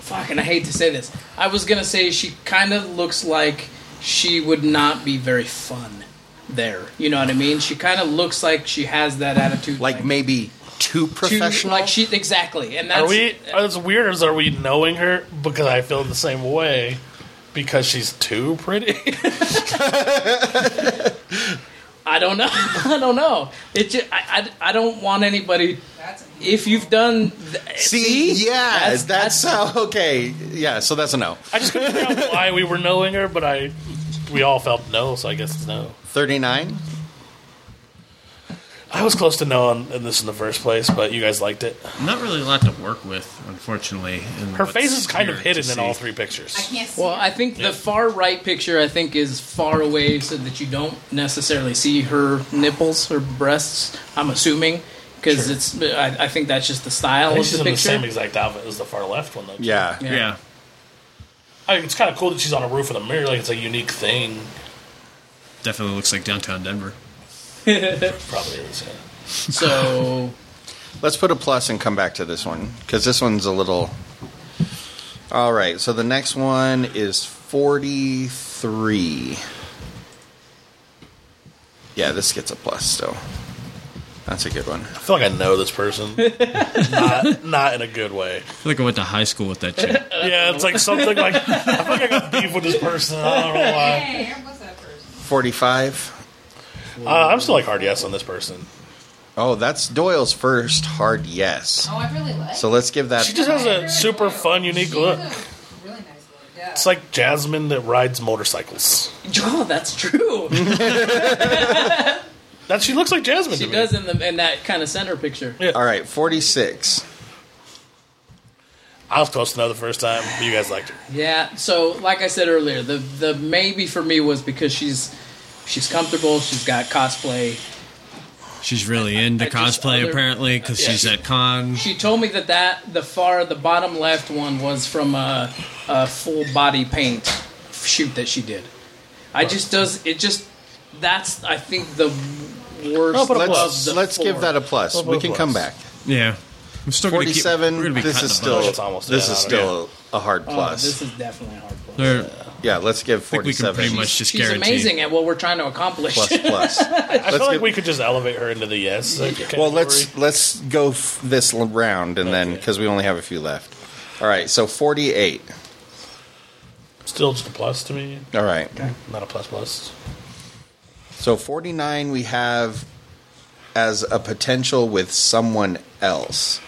S7: fucking, I hate to say this. I was going to say she kind of looks like she would not be very fun there. You know what I mean? She kind of looks like she has that attitude,
S6: like, maybe too
S7: too-
S6: professional?
S7: like she exactly. And that's
S4: Are we? uh, It's weird. Is are we knowing her because I feel the same way because she's too pretty?
S7: I don't know. I don't know. It just, I, I I don't want anybody.
S9: That's
S7: If you've done, th-
S6: See? Yeah,
S7: That's-
S6: that's, how, okay. Yeah, so that's a no.
S4: I just couldn't figure out why we were knowing her, but I we all felt no, so I guess it's no.
S6: 39?
S4: I was close to no on in this in the first place, but you guys liked it.
S5: not really a lot to work with, unfortunately. in
S4: Her
S5: what's
S4: face is kind of
S5: here to
S4: hidden in
S5: see.
S4: all three
S9: I
S4: pictures.
S9: can't see.
S7: Well,
S9: it.
S7: I think the far right picture I think is far away so that you don't necessarily see her nipples, her breasts. I'm assuming because it's. I, I think that's just the style
S4: I
S7: of
S4: think she's
S7: the
S4: in the
S7: picture.
S4: same exact outfit as the far left one, though. too.
S6: Yeah.
S7: Yeah.
S5: Yeah.
S4: I mean, it's kind of cool that she's on a roof with a mirror. Like it's a unique thing.
S5: Definitely looks like downtown Denver.
S4: Probably is. Yeah.
S7: So
S6: Let's put a plus and come back to this one because this one's a little. All right, so the next one is 43. Yeah, this gets a plus, so that's a good one.
S4: I feel like I know this person, not not in a good way.
S5: I feel like I went to high school with that chick.
S4: Yeah, it's like something like I feel like I got beef with this person. I don't know why.
S9: Hey, where was that person?
S6: 45.
S4: Uh, I'm still like hard yes on this person.
S6: Oh, that's Doyle's first hard yes.
S9: Oh, I really like.
S6: So let's give that.
S4: She just has
S9: Very
S4: a super
S9: cool.
S4: fun, unique
S9: She
S4: look.
S9: has a Really nice look. Yeah.
S4: It's like Jasmine that rides motorcycles.
S7: oh, that's true.
S4: That she looks like Jasmine.
S7: she
S4: to
S7: does
S4: Me.
S7: in the in that kind of center picture.
S6: All right, 46.
S4: I was close to know the first time, but you guys liked her.
S7: Yeah. So, like I said earlier, the the maybe for me was because she's she's comfortable. She's got cosplay.
S5: She's really into
S7: I just-
S5: cosplay,
S7: other-
S5: apparently, because
S7: Yeah.
S5: she's at con.
S7: She told me that that the far the bottom left one was from a, a full body paint shoot that she did. I just does it just that's I think the worst.
S4: I'll put a
S7: of
S6: Let's,
S7: the
S6: let's give
S7: four.
S6: that a plus.
S4: Well,
S6: We can
S4: plus.
S6: come back.
S5: Yeah. I'm still gonna keep-
S6: 47.
S5: we're gonna be
S6: this
S5: cutting
S6: is
S5: a
S6: still
S5: bunch.
S4: It's almost
S6: this
S4: dead,
S6: is
S4: I don't
S6: still a hard
S7: Oh,
S6: plus.
S7: this is definitely a hard plus.
S5: There-
S6: yeah, let's give
S5: I think we can
S6: 47.
S5: pretty much just
S7: She's
S5: guarantee.
S7: amazing at what we're trying to accomplish.
S6: plus plus.
S4: I feel like we could just elevate her into the yes. category.
S6: well, let's let's go f- this l- round and then because we only have a few left. All right, so forty-eight.
S4: Still just a plus to me.
S6: All right.
S4: Not a plus plus.
S6: So 49 we have as a potential with someone else.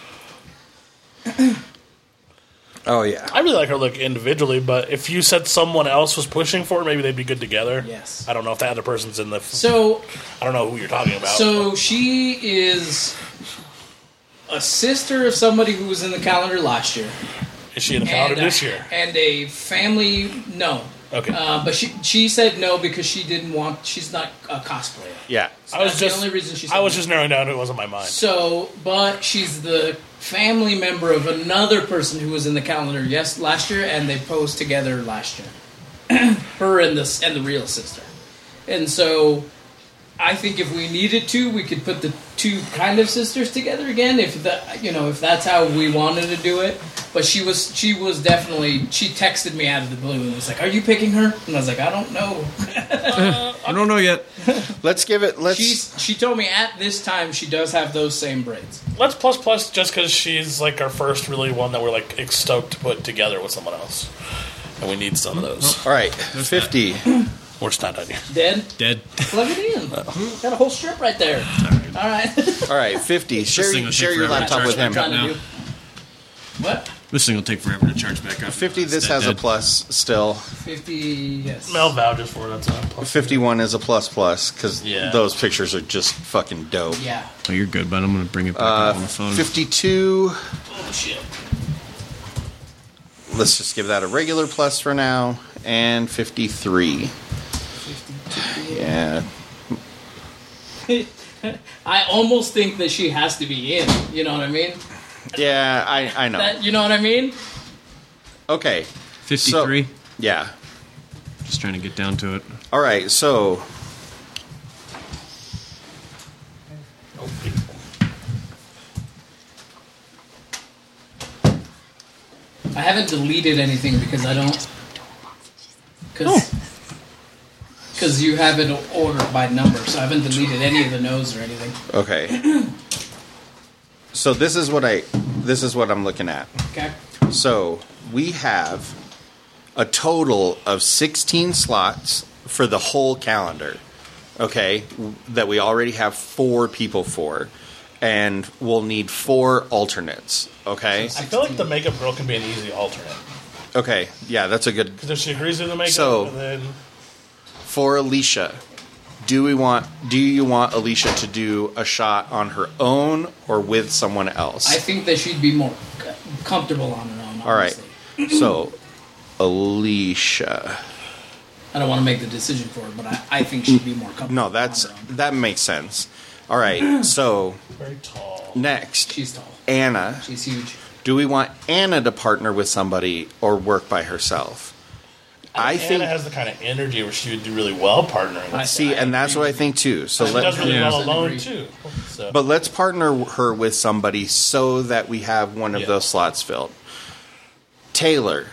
S6: oh yeah.
S4: I really like her look individually, but if you said someone else was pushing for it, maybe they'd be good together. Yes. I don't know if that other person's in the.
S7: So.
S4: I don't know who you're talking about.
S7: So she is a sister of somebody who was in the calendar last year.
S4: Is she in the calendar
S7: And, uh,
S4: this year?
S7: And a family, no.
S4: Okay.
S7: Uh, but she she said no because she didn't want. She's not a cosplayer.
S4: Yeah. I
S7: That's
S4: was
S7: the
S4: just.
S7: only reason she said
S4: I was
S7: no.
S4: just narrowing down who was on my mind.
S7: So, but she's the family member of another person who was in the calendar yes last year, and they posed together last year. Her and this and the real sister, and so I think if we needed to, we could put the two kind of sisters together again. If that you know if that's how we wanted to do it, but she was she was definitely she texted me out of the blue and was like, "Are you picking her?" And I was like, "I don't know."
S5: I don't know yet.
S6: Let's give it. Let's.
S7: She's, she told me at this time she does have those same braids.
S4: Let's plus plus just because she's like our first really one that we're like ex- stoked to put together with someone else, and we need some of those.
S6: All right, fifty.
S4: We're just not done here.
S7: Dead.
S5: Dead.
S7: Plug it in.
S6: Uh-huh.
S7: Got a whole strip right there. All right.
S6: All right, 50.
S5: This thing
S6: share
S5: will
S6: share
S5: take
S6: your
S5: forever to
S6: laptop
S5: charge
S6: with him.
S5: back up now.
S7: What?
S5: This thing will take forever to charge back up.
S6: 50,
S5: It's
S6: this
S5: not
S6: has a
S5: dead.
S6: plus still.
S7: 50, yes.
S4: Mel vouches for it, that's not a plus.
S6: 51 is a plus plus because
S4: Yeah.
S6: those pictures are just fucking dope.
S7: Yeah.
S5: Oh, you're good, but I'm gonna bring it back
S6: Uh,
S5: up on the phone.
S6: 52.
S4: Oh, shit.
S6: Let's just give that a regular plus for now. And 53. Yeah.
S7: I almost think that she has to be in. You know what I mean?
S6: Yeah, I, I know.
S7: That, you know what I mean?
S6: Okay.
S5: 53.
S6: Yeah.
S5: Just trying to get down to it.
S6: All right, so.
S7: I haven't deleted anything because I don't. Because. Because you have it ordered by number, so I haven't deleted any of the no's or anything.
S6: Okay. so this is what I. This is what I'm looking at.
S7: Okay.
S6: So we have a total of 16 slots for the whole calendar, okay, w- that we already have four people for. And we'll need four alternates, okay?
S4: I feel like the makeup girl can be an easy alternate
S6: Okay, yeah, that's a good.
S4: because if she agrees to the makeup,
S6: So-
S4: then
S6: For Alicia, do we want? Do you want Alicia to do a shot on her own or with someone else?
S7: I think that she'd be more c- comfortable on her own.
S6: All right.
S7: honestly.
S6: so, Alicia.
S7: I don't want to make the decision for her, but I, I think she'd be more comfortable.
S6: No, that's that makes sense. All right. So
S4: very tall.
S6: next,
S7: She's tall.
S6: Anna.
S7: She's huge.
S6: Do we want Anna to partner with somebody or work by herself?
S4: Uh,
S6: I
S4: Anna
S6: think.
S4: has the kind of energy where she would do really well partnering. With
S6: see, and that's what I think too. So
S4: someone. she does
S6: let.
S4: really
S5: Yeah.
S4: well alone
S7: Agree.
S4: too. So.
S6: But let's partner her with somebody so that we have one of
S4: Yeah.
S6: those slots filled. Taylor,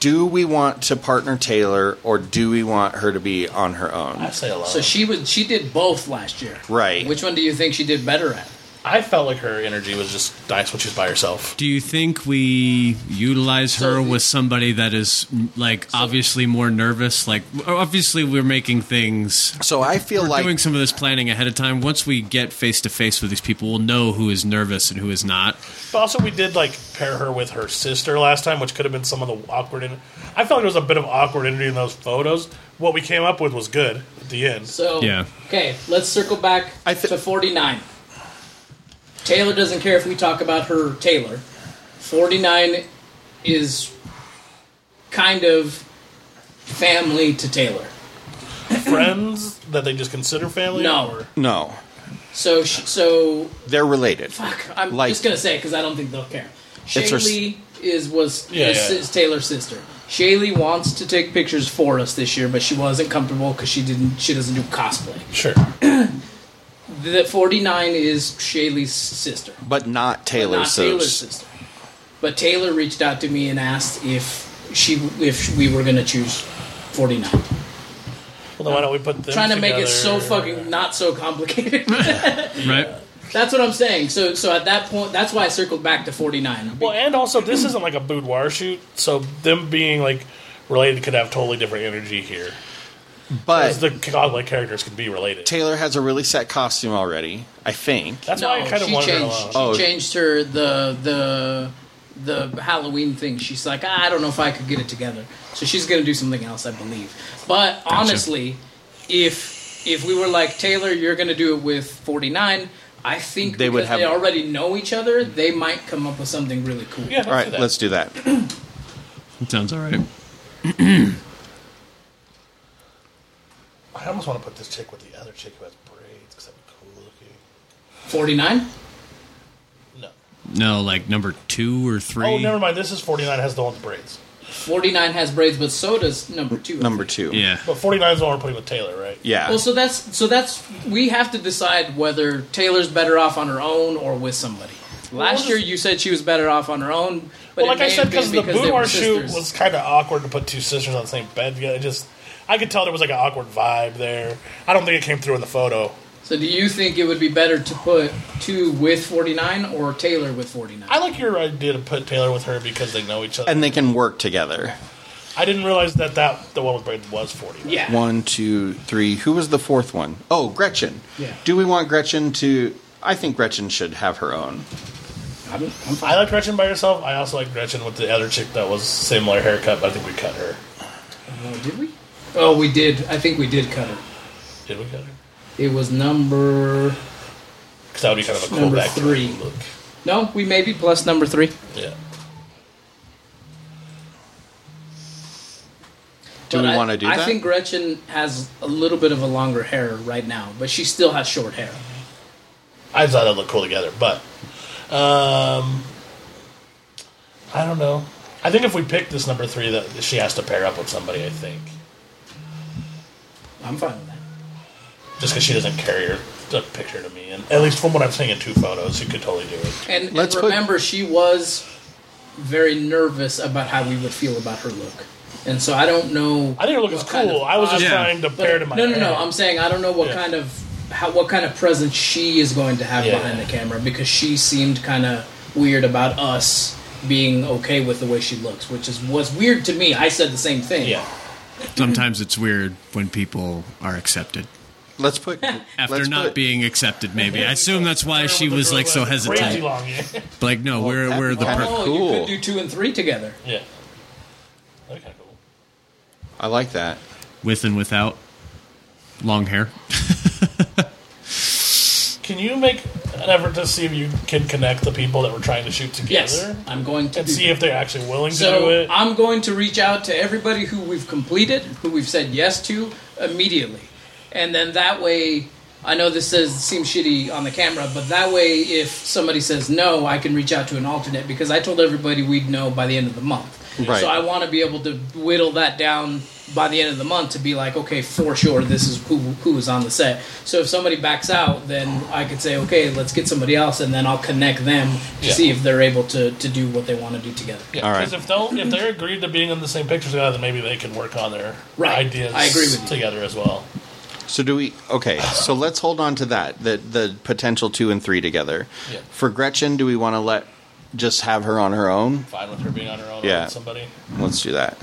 S6: do we want to partner Taylor or do we want her to be on her
S4: I
S6: own?
S4: say alone.
S7: So she was. She did both last year.
S6: Right.
S7: Which one do you think she did better at?
S4: I felt like her energy was just nice when she's by herself.
S5: Do you think we utilize her
S7: So-
S5: with somebody that is like obviously more nervous? Like obviously we're making things
S6: So I feel
S5: we're
S6: like
S5: doing some of this planning ahead of time. Once we get face to face with these people, we'll know who is nervous and who is not.
S4: But also, we did like pair her with her sister last time, which could have been some of the awkward. In- I felt like there was a bit of awkward energy in those photos. What we came up with was good at the end.
S7: So
S5: Yeah.
S7: Okay, let's circle back
S6: I thi-
S7: to forty nine. Taylor doesn't care if we talk about her. Taylor, forty nine, is kind of family to Taylor.
S4: Friends that they just consider family.
S7: No.
S4: or-
S6: no,
S7: So sh so
S6: they're related.
S7: Fuck, I'm
S6: Like-
S7: just gonna say because I don't think they'll care.
S6: It's her s-
S7: Shaylee is was
S4: Yeah,
S7: is,
S4: yeah.
S7: is Taylor's sister. Shaylee wants to take pictures for us this year, but she wasn't comfortable because she didn't. She doesn't do cosplay.
S4: Sure.
S7: The forty nine is Shaylee's sister,
S6: But not Taylor's.
S7: not
S6: so-
S7: Taylor's sister. But Taylor reached out to me and asked if she if we were gonna choose forty nine.
S4: Well, then why don't we put them
S7: Trying to make it so
S4: together?
S7: fucking not so complicated.
S5: Right?
S7: that's what I'm saying. So so at that point, that's why I circled back to forty nine.
S4: Well, and also this isn't like a boudoir shoot, so them being like related could have totally different energy here.
S6: But-
S4: As the godlike characters can be related.
S6: Taylor has a really set costume already, I think.
S4: That's why I kind of
S7: she
S4: wanted her
S7: changed,
S4: alone.
S7: She changed her the the the Halloween thing. She's like, "Ah, I don't know if I could get it together, so she's going to do something else, I believe. But honestly, if if we were like Taylor, you're going to do it with 49. I think
S6: They
S7: they
S6: would
S7: because
S6: have-
S7: they already know each other. They might come up with something really cool.
S4: Yeah,
S6: All right, let's do that.
S5: It sounds all right.
S4: I almost want to put this chick with the other chick who has braids because that'd be cool looking.
S7: 49.
S5: No, like number two or three.
S4: Oh, never mind. This is 49 has the one with the braids.
S7: 49 has braids, but so does number two.
S6: Number two.
S5: Yeah.
S4: But 49 is the one we're putting with Taylor, right?
S7: Well, so that's so that's we have to decide whether Taylor's better off on her own or with somebody. Last
S4: we'll
S7: year you said she was better off on her own, but
S4: well, like
S7: it may
S4: I said,
S7: have been
S4: because the
S7: they were
S4: boudoir shoot
S7: sisters.
S4: was kind of awkward to put two sisters on the same bed together. It just, I could tell there was like an awkward vibe there. I don't think it came through in the photo.
S7: So, do you think it would be better to put two with forty nine or Taylor with forty nine?
S4: I like your idea to put Taylor with her because they know each other.
S6: And they can work together.
S4: I didn't realize that that the one with braids was 49.
S7: Yeah.
S6: One, two, three. Who was the fourth one? Oh, Gretchen.
S4: Yeah.
S6: Do we want Gretchen to? I think Gretchen should have her own.
S4: I like Gretchen by herself. I also like Gretchen with the other chick that was similar haircut. But I think we cut her.
S7: Oh, did we? Oh, we did. I think we did cut her.
S4: Did we cut her?
S7: It was number
S4: Because that would be kind of a
S7: number
S4: callback.
S7: three.
S4: Look.
S7: No, we maybe plus number three.
S4: Yeah.
S6: Do we
S7: But I-
S6: want to do
S7: I
S6: that?
S7: think Gretchen has a little bit of a longer hair right now, but she still has short hair.
S4: I thought that looked cool together, but um, I don't know. I think if we pick this number three, that she has to pair up with somebody. I think
S7: I'm fine with that.
S4: just because she doesn't carry her the picture to me, and at least from what I'm seeing in two photos, you could totally do it.
S7: And, and
S4: Let's put-
S7: remember, she was very nervous about how we would feel about her look. And so I don't know.
S4: I think her look is cool. I was just Yeah. trying to pair to my
S7: No, no, no.
S4: hair.
S7: I'm saying I don't know what
S4: Yeah.
S7: kind of how, what kind of presence she is going to have
S4: Yeah.
S7: behind the camera because she seemed kind of weird about us being okay with the way she looks, which is was weird to me. I said the same thing. Yeah.
S5: Sometimes it's weird when people are accepted.
S6: Let's put
S5: after not being accepted. Maybe I assume that's why she was like so
S7: Crazy
S5: hesitant.
S7: long,
S4: yeah.
S5: Like no, we're we're the per-
S7: oh, You could do two and three together.
S4: Yeah.
S6: I like that.
S5: with and without long hair.
S4: Can you make an effort to see if you can connect the people that we're trying to shoot together?
S7: Yes, I'm going to
S4: and
S7: do
S4: see
S7: that.
S4: if they're actually willing to do
S7: So
S4: it.
S7: I'm going to reach out to everybody who we've completed, who we've said yes to immediately, and then that way, I know this says seems shitty on the camera, but that way, if somebody says no, I can reach out to an alternate because I told everybody we'd know by the end of the month.
S6: Right.
S7: So I want to be able to whittle that down by the end of the month to be like, okay, for sure, this is who who is on the set. So if somebody backs out, then I could say, okay, let's get somebody else, and then I'll connect them to
S4: Yeah.
S7: see if they're able to to do what they want to do together.
S4: Yeah, Because if they'll if they're agreed to being in the same picture together, then maybe they can work on their
S7: Right.
S4: ideas
S7: I agree with you.
S4: together as well.
S6: So do we? Okay. So let's hold on to that. The the potential two and three together.
S4: Yeah.
S6: For Gretchen, do we want to let just have her on her own?
S4: Fine with her being on her own or
S6: Yeah.
S4: with somebody.
S6: Let's do that.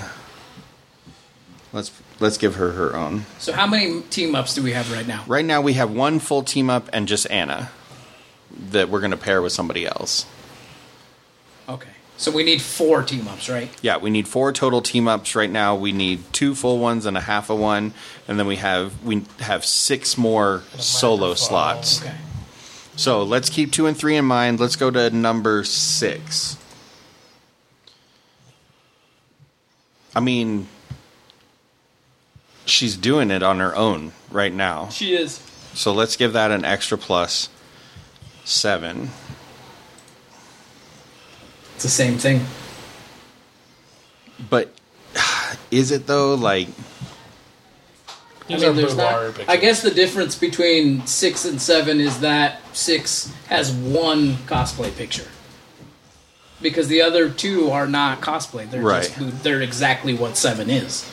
S6: Let's let's give her her own.
S7: So how many team ups do we have right now?
S6: Right now we have one full team up and just Anna that we're going to pair with somebody else.
S7: Okay. So we need four team ups, right?
S6: Yeah, we need four total team ups right now. We need two full ones and a half a one, and then we have we have six more solo slots.
S7: Okay.
S6: So let's keep two and three in mind. Let's go to number six. I mean, she's doing it on her own right now.
S7: She is.
S6: So let's give that an extra plus seven.
S7: It's the same thing.
S6: But is it though? Like,
S7: I
S4: These
S7: mean,
S4: are
S7: there's
S4: Boudoir
S7: not. I guess the difference between six and seven is that six has one cosplay picture, because the other two are not cosplay. They're just
S4: Right.
S7: just they're exactly what seven is.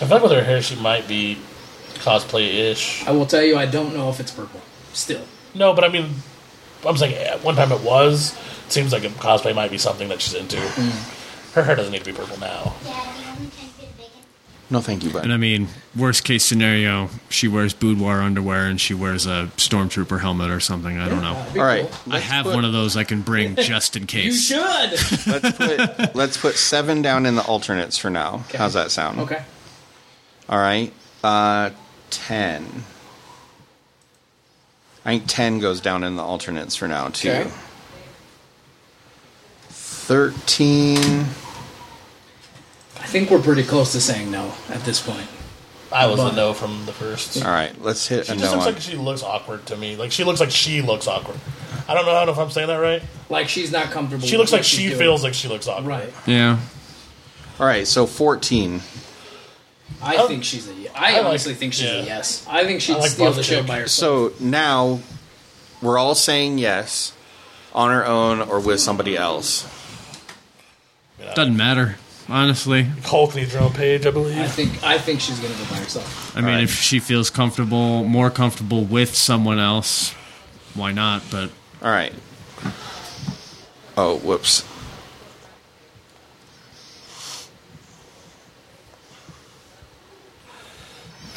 S4: I feel like with her hair, she might be cosplay-ish.
S7: I will tell you, I don't know if it's purple. Still,
S4: No, but I mean, I'm saying at one time it was. It seems like cosplay might be something that she's into. Her hair doesn't need to be purple now.
S6: No, thank you, bud.
S5: And I mean, worst case scenario, she wears boudoir underwear and she wears a stormtrooper helmet or something. I don't know.
S6: that'd be All right. cool.
S5: I have
S6: put-
S5: one of those I can bring just in case.
S7: should.
S6: let's put let's put seven down in the alternates for now. How's that sound?
S7: Okay.
S6: All right. Uh, ten. I think ten goes down in the alternates for now too.
S7: Okay.
S6: Thirteen.
S7: I think we're pretty close to saying no at this point.
S4: I was
S7: But-
S4: a no from the first.
S6: All right. Let's hit
S4: She
S6: a
S4: just
S6: no
S4: looks
S6: one.
S4: like she looks awkward to me. Like she looks like she looks awkward. I don't know how if I'm saying that right.
S7: Like she's not comfortable.
S4: She
S7: with
S4: looks
S7: what
S4: like
S7: she's
S4: she
S7: doing.
S4: feels like she looks awkward.
S7: Right.
S5: Yeah.
S6: All right. So fourteen.
S7: I think she's a. Yes. I,
S4: Oh. I like-
S7: honestly think she's a yes. I think she'd
S4: I like
S7: steal
S4: buff
S7: the show
S4: chick.
S7: by herself.
S6: So now we're all saying yes on our own or with somebody else.
S5: Doesn't matter, honestly.
S4: Hulk needs her own page, I believe.
S7: I think I think she's gonna go by herself.
S5: I mean, if she feels comfortable, more comfortable with someone else, why not? But
S6: All right. Oh, whoops.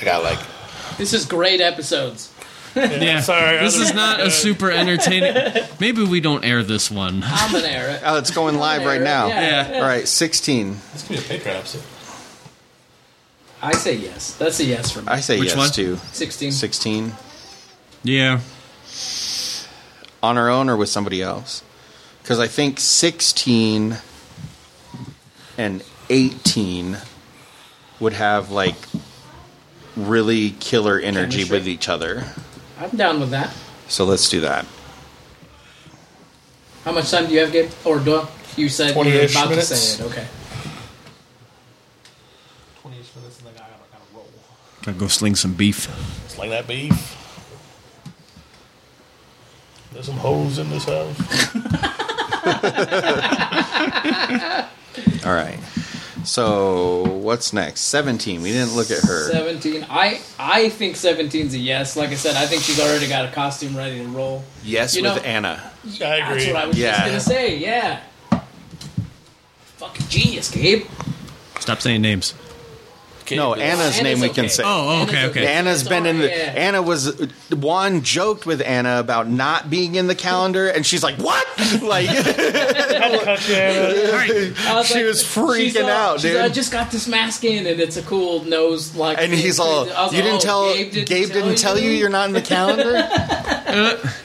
S6: I got like
S7: This is great episodes.
S5: yeah,
S4: sorry,
S5: this
S4: other-
S5: is not a super entertaining. Maybe we don't air this one.
S7: I'm an error.
S6: Oh, it's going live right now.
S7: Yeah.
S6: All right, 16.
S4: This could be a Patreon episode.
S7: I say yes. That's a yes for me.
S6: I say
S5: Which
S6: yes
S5: one?
S6: to
S7: Sixteen.
S6: 16
S5: Yeah,
S6: on our own or with somebody else. Cuz I think 16 and 18 would have like really killer energy
S7: Chemistry.
S6: with each other.
S7: I'm down with that.
S6: So let's do that.
S7: How much time do you have, Gabe? Or do you said you were
S4: 20-ish
S7: about to
S4: minutes.
S7: say it? Okay.
S4: Twenty-ish for this, and then I gotta, gotta roll.
S5: gotta go sling some beef.
S4: It's like that beef. There's some hoes in this house.
S6: All right. So what's next? Seventeen. We didn't look at her.
S7: Seventeen. I I think 17's a yes. Like I said, I think she's already got a costume ready to roll.
S6: Yes,
S7: You
S6: with
S7: know-
S6: Anna.
S4: I
S7: That's
S4: agree.
S7: what I was
S6: Yeah.
S7: just gonna say. Yeah. Fucking genius, Gabe.
S5: Stop saying names.
S6: No, Anna's name we can
S7: okay.
S6: say.
S5: Oh, okay,
S7: Anna's
S5: okay.
S7: okay.
S6: Anna's
S7: It's
S6: been in the.
S7: alright, yeah.
S6: Anna was. Juan joked with Anna about not being in the calendar, and she's like, "What?" Like
S5: All right,
S7: I was
S6: She was freaking
S7: she's all-
S6: out,
S7: she's
S6: dude.
S7: all, I just got this mask in, and it's a cool nose. Like,
S6: And he's
S7: I
S6: all,
S7: was like,
S6: you didn't
S7: oh,
S6: tell
S7: Gabe didn't, tell,
S6: you? you are not in the calendar?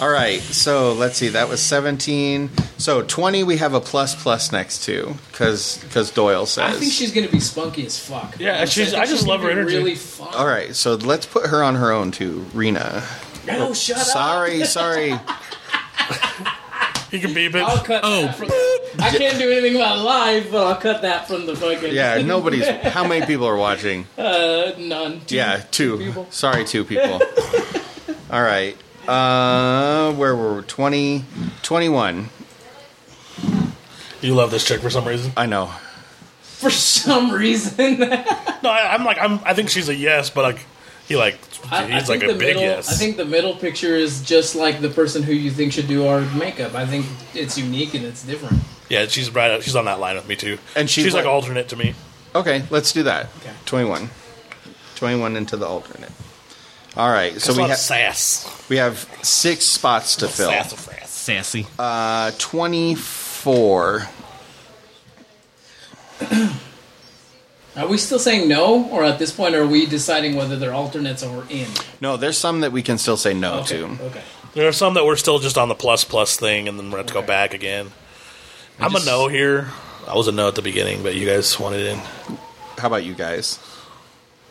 S6: All right, so let's see. That was 17. So 20, we have a plus plus next to because Doyle
S7: I
S6: says.
S7: think she's gonna be spunky as fuck.
S4: Yeah,
S7: Honestly,
S4: she's-
S7: think
S4: I just
S7: she's
S4: love
S7: gonna
S4: her
S7: be
S4: energy.
S7: Really fun.
S6: All right, so let's put her on her own too, Rena.
S7: No, shut up.
S6: Sorry, sorry.
S4: You can beep it.
S7: I'll cut.
S5: Oh.
S7: that from, I can't do anything about live, but I'll cut that from the fucking.
S6: Yeah, nobody's. How many people are watching?
S7: Uh, none. Two.
S6: Yeah, two.
S7: people.
S6: Sorry, two people. All right. Uh, where were we? 20, 21.
S4: You love this chick for some reason.
S6: I know.
S7: For some reason,
S4: No, I, I'm like I'm. I think she's a yes, but like he like he's
S7: I, I
S4: like
S7: think
S4: a
S7: the
S4: big
S7: middle.
S4: yes.
S7: I think the middle picture is just like the person who you think should do our makeup. I think it's unique and it's different.
S4: yeah, she's right. up- She's on that line with me too.
S6: And she's
S4: like
S6: what-
S4: alternate to me.
S6: Okay, let's do that. 21. 21 into the alternate. All right, so
S4: That's
S6: we,
S4: a lot of
S6: ha-
S4: sass.
S6: we have six spots to fill.
S4: Sassafras.
S5: sassy.
S6: Uh, 24.
S7: Are we still saying no, or at this point are we deciding whether they're alternates or in?
S6: No, there's some that we can still say no
S7: Okay.
S6: to.
S7: Okay.
S4: There are some that we're still just on the plus plus thing, and then we're going to go back again. I'm a no here. I was a no at the beginning, but you guys wanted in.
S6: How about you guys?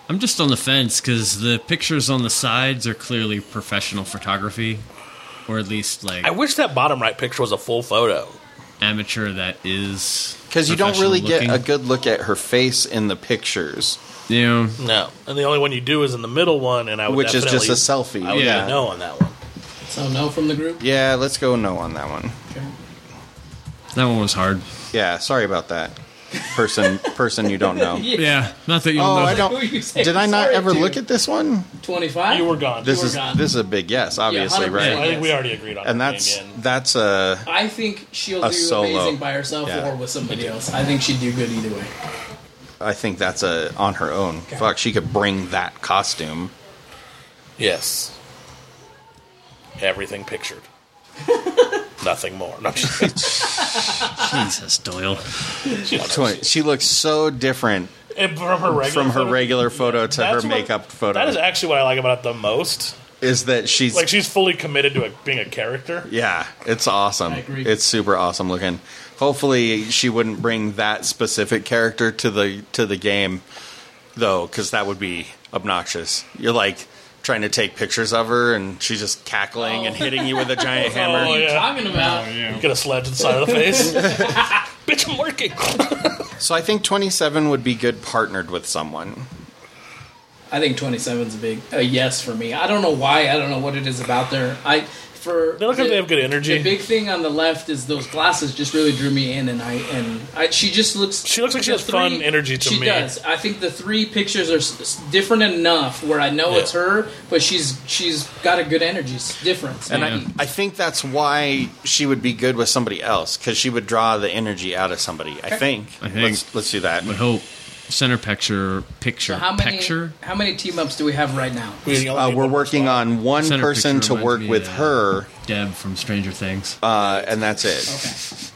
S5: I'm just on the fence because the pictures on the sides are clearly professional photography, or at least like
S4: I wish that bottom right picture was a full photo.
S5: amateur that is.
S6: Because you don't really
S5: professional
S6: get a
S5: looking.
S6: good look at her face in the pictures,
S5: Yeah,
S4: No, and the only one you do is in the middle one, and I would
S6: which is just
S4: definitely-
S6: a selfie.
S4: I would
S5: Yeah.
S4: yeah. no on that one.
S7: So no from the group.
S6: yeah, let's go no on that one.
S7: Okay.
S5: that one was hard.
S6: Yeah, sorry about that. Person, person you don't know.
S5: Yeah, not that you
S6: Oh,
S5: don't know.
S6: I
S7: Who you
S6: don't.
S7: saying
S6: Did I not
S7: sorry
S6: ever
S7: to?
S6: look at this one?
S7: Twenty-five.
S4: You were gone.
S6: This
S7: were
S6: is
S7: gone.
S6: this is a big yes, obviously,
S7: 100%.
S4: I
S6: right?
S4: think we already agreed on.
S6: And
S4: her
S6: that's
S4: name, yeah.
S6: that's a
S7: I think she'll
S6: A
S7: do
S6: solo.
S7: amazing by herself
S6: Yeah.
S7: or with somebody else. I think she'd do good either way.
S6: I think that's a on her own. Fuck, she could bring that costume.
S4: Yes. Everything pictured. Nothing more. No, I'm just-
S5: Jesus, Doyle.
S6: Twen- She looks so different
S4: And from her regular
S6: from her
S4: photo-
S6: regular photo to her
S4: That's what-
S6: makeup photo.
S4: That is actually what I like about it the most.
S6: is that she's
S4: like she's fully committed to it being a character.
S6: Yeah, it's awesome.
S4: agree.
S6: It's super awesome looking. Hopefully, she wouldn't bring that specific character to the to the game, though, because that would be obnoxious. You're like trying to take pictures of her, and she's just cackling and hitting you with a giant hammer.
S4: Oh, yeah.
S7: Talking about
S4: Get a sled to the side of the face. Bitch, I'm working.
S6: So I think 27 would be good partnered with someone.
S7: I think 27's a big a yes for me. I don't know why. I don't know what it is about there. I for
S4: They look like they have good energy.
S7: The big thing on the left is those glasses just really drew me in, and I and I, she just looks. She
S4: looks like she has fun energy to
S7: she
S4: me.
S7: does. I think the three pictures are s- s- different enough where I know
S4: Yeah.
S7: it's her, but she's she's got a good energy s- difference.
S6: And
S7: I,
S6: I, I think that's why she would be good with somebody else because she would draw the energy out of somebody. I think.
S5: I think.
S6: Let's, let's do that.
S5: But hope center picture picture
S7: how many
S5: picture.
S7: how many team ups do we have right now?
S6: Uh, we're working on one
S5: Center
S6: person
S5: picture
S6: to
S5: reminds
S6: work
S5: me
S6: with
S5: of
S6: her,
S5: Deb from Stranger Things.
S6: uh, and that's it.
S7: Okay.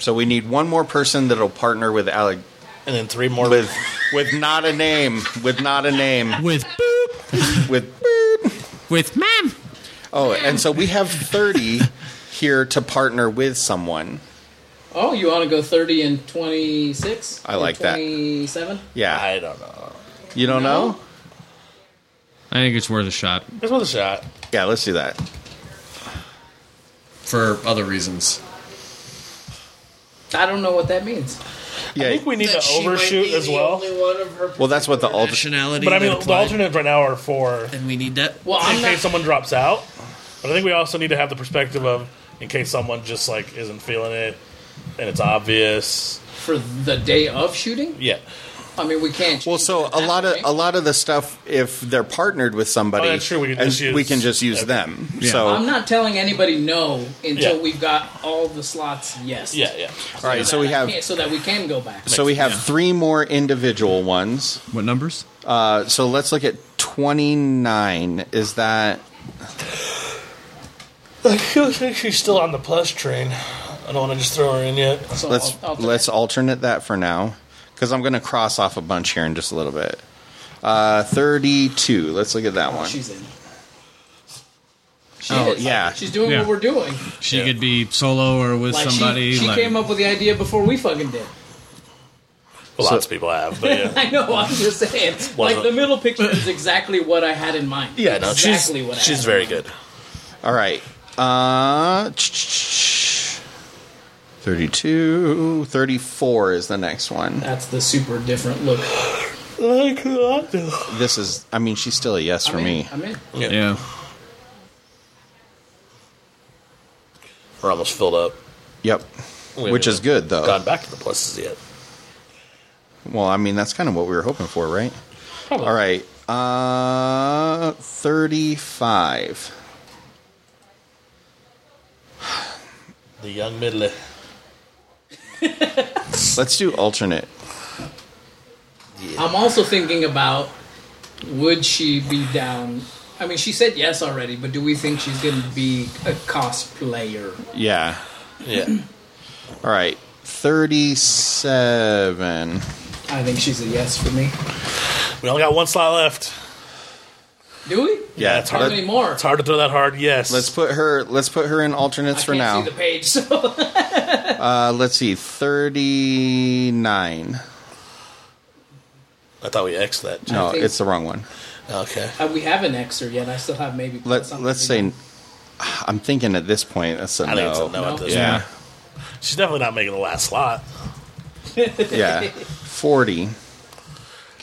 S6: So we need one more person that'll partner with Alec
S4: And then three more.
S6: with with not a name, with not a name,
S5: With
S6: with
S5: with ma'am.
S6: oh, and so we have thirty here to partner with someone.
S7: Oh, you want to go thirty and twenty six?
S6: I like that.
S7: Twenty seven.
S6: Yeah,
S4: I don't know.
S6: you don't know?
S5: I think it's worth a shot.
S4: It's worth a shot.
S6: Yeah, let's do that.
S10: for other reasons.
S7: I don't know what that means.
S6: Yeah,
S4: I think we need to overshoot as well.
S6: well, that's what the alternate.
S5: Nationality.
S4: But I mean,
S5: that
S4: the
S5: applied,
S4: alternates right now are for
S5: and we need that.
S7: Well,
S4: in
S7: I'm
S4: case
S7: not.
S4: someone drops out. But I think we also need to have the perspective of in case someone just like isn't feeling it and it's obvious.
S7: for the day of shooting.
S4: Yeah.
S7: I mean, we can't.
S6: Well, so a lot of a lot of the stuff, if they're partnered with somebody,
S4: Oh, that's true, we can
S6: and
S4: just use-
S6: we can just use
S4: Okay.
S6: them.
S5: Yeah.
S6: So
S7: I'm not telling anybody no until
S4: Yeah.
S7: we've got all the slots. Yes.
S4: Yeah, yeah.
S6: all right, so we
S7: That I
S6: have
S7: can't- so that we can go back.
S6: so we have three more individual ones.
S5: What numbers?
S6: Uh, so let's look at 29. Is that.
S4: I feel like she's still on the plus train. I don't want to just throw her in yet.
S7: So
S6: Let's
S7: I'll- I'll-
S6: let's alternate that for now because I'm going to cross off a bunch here in just a little bit. Uh, 32. Let's look at that one.
S7: She's in. She
S6: Oh,
S7: is.
S6: yeah.
S7: She's doing
S5: Yeah.
S7: what we're doing.
S5: She could be solo or with
S7: Like
S5: somebody.
S7: she, she
S5: like,
S7: came up with the idea before we fucking did.
S4: Lots of people have, but yeah.
S7: I know. I'm just saying. like
S4: of-
S7: the middle picture is exactly what I had in mind.
S4: Yeah, no, she's-
S7: exactly what I
S4: she's
S7: had.
S4: very good.
S6: All right. Uh, 32. 34 is the next one.
S7: That's the super different look.
S4: Like that.
S6: This is, I mean, she's still a yes for
S7: I'm in.
S6: me.
S7: I'm in.
S5: Yeah.
S4: We're almost filled up.
S6: Yep.
S4: We
S6: Which
S4: haven't
S6: is good, though.
S4: Gone back to the pluses yet.
S6: Well, I mean, that's kind of what we were hoping for, right? All right. Uh, 35.
S4: The young middle.
S6: Let's do alternate.
S7: I'm also thinking about would she be down? I mean, she said yes already, but do we think she's going to be a cosplayer?
S6: Yeah.
S4: Yeah.
S6: All right. 37.
S7: I think she's a yes for me.
S4: We only got one slot left.
S7: Do we?
S6: Yeah,
S4: it's
S7: How
S4: hard.
S7: many more?
S4: It's hard to throw that hard yes.
S6: Let's put her let's put her in
S7: I
S6: alternates
S7: can't
S6: for now.
S7: see the page. So
S6: Uh, let's see. 39.
S4: I thought we X'd that.
S6: No,
S7: think-
S6: it's the wrong one.
S4: Okay.
S7: Uh, we haven't Xed her yet. I still have maybe.
S6: Let
S7: something
S6: let's
S7: to
S6: say I'm thinking at this point that's a
S4: I think it's
S6: no.
S4: a no at this
S6: Yeah.
S4: point. She's definitely not making the last slot.
S6: Yeah. 40.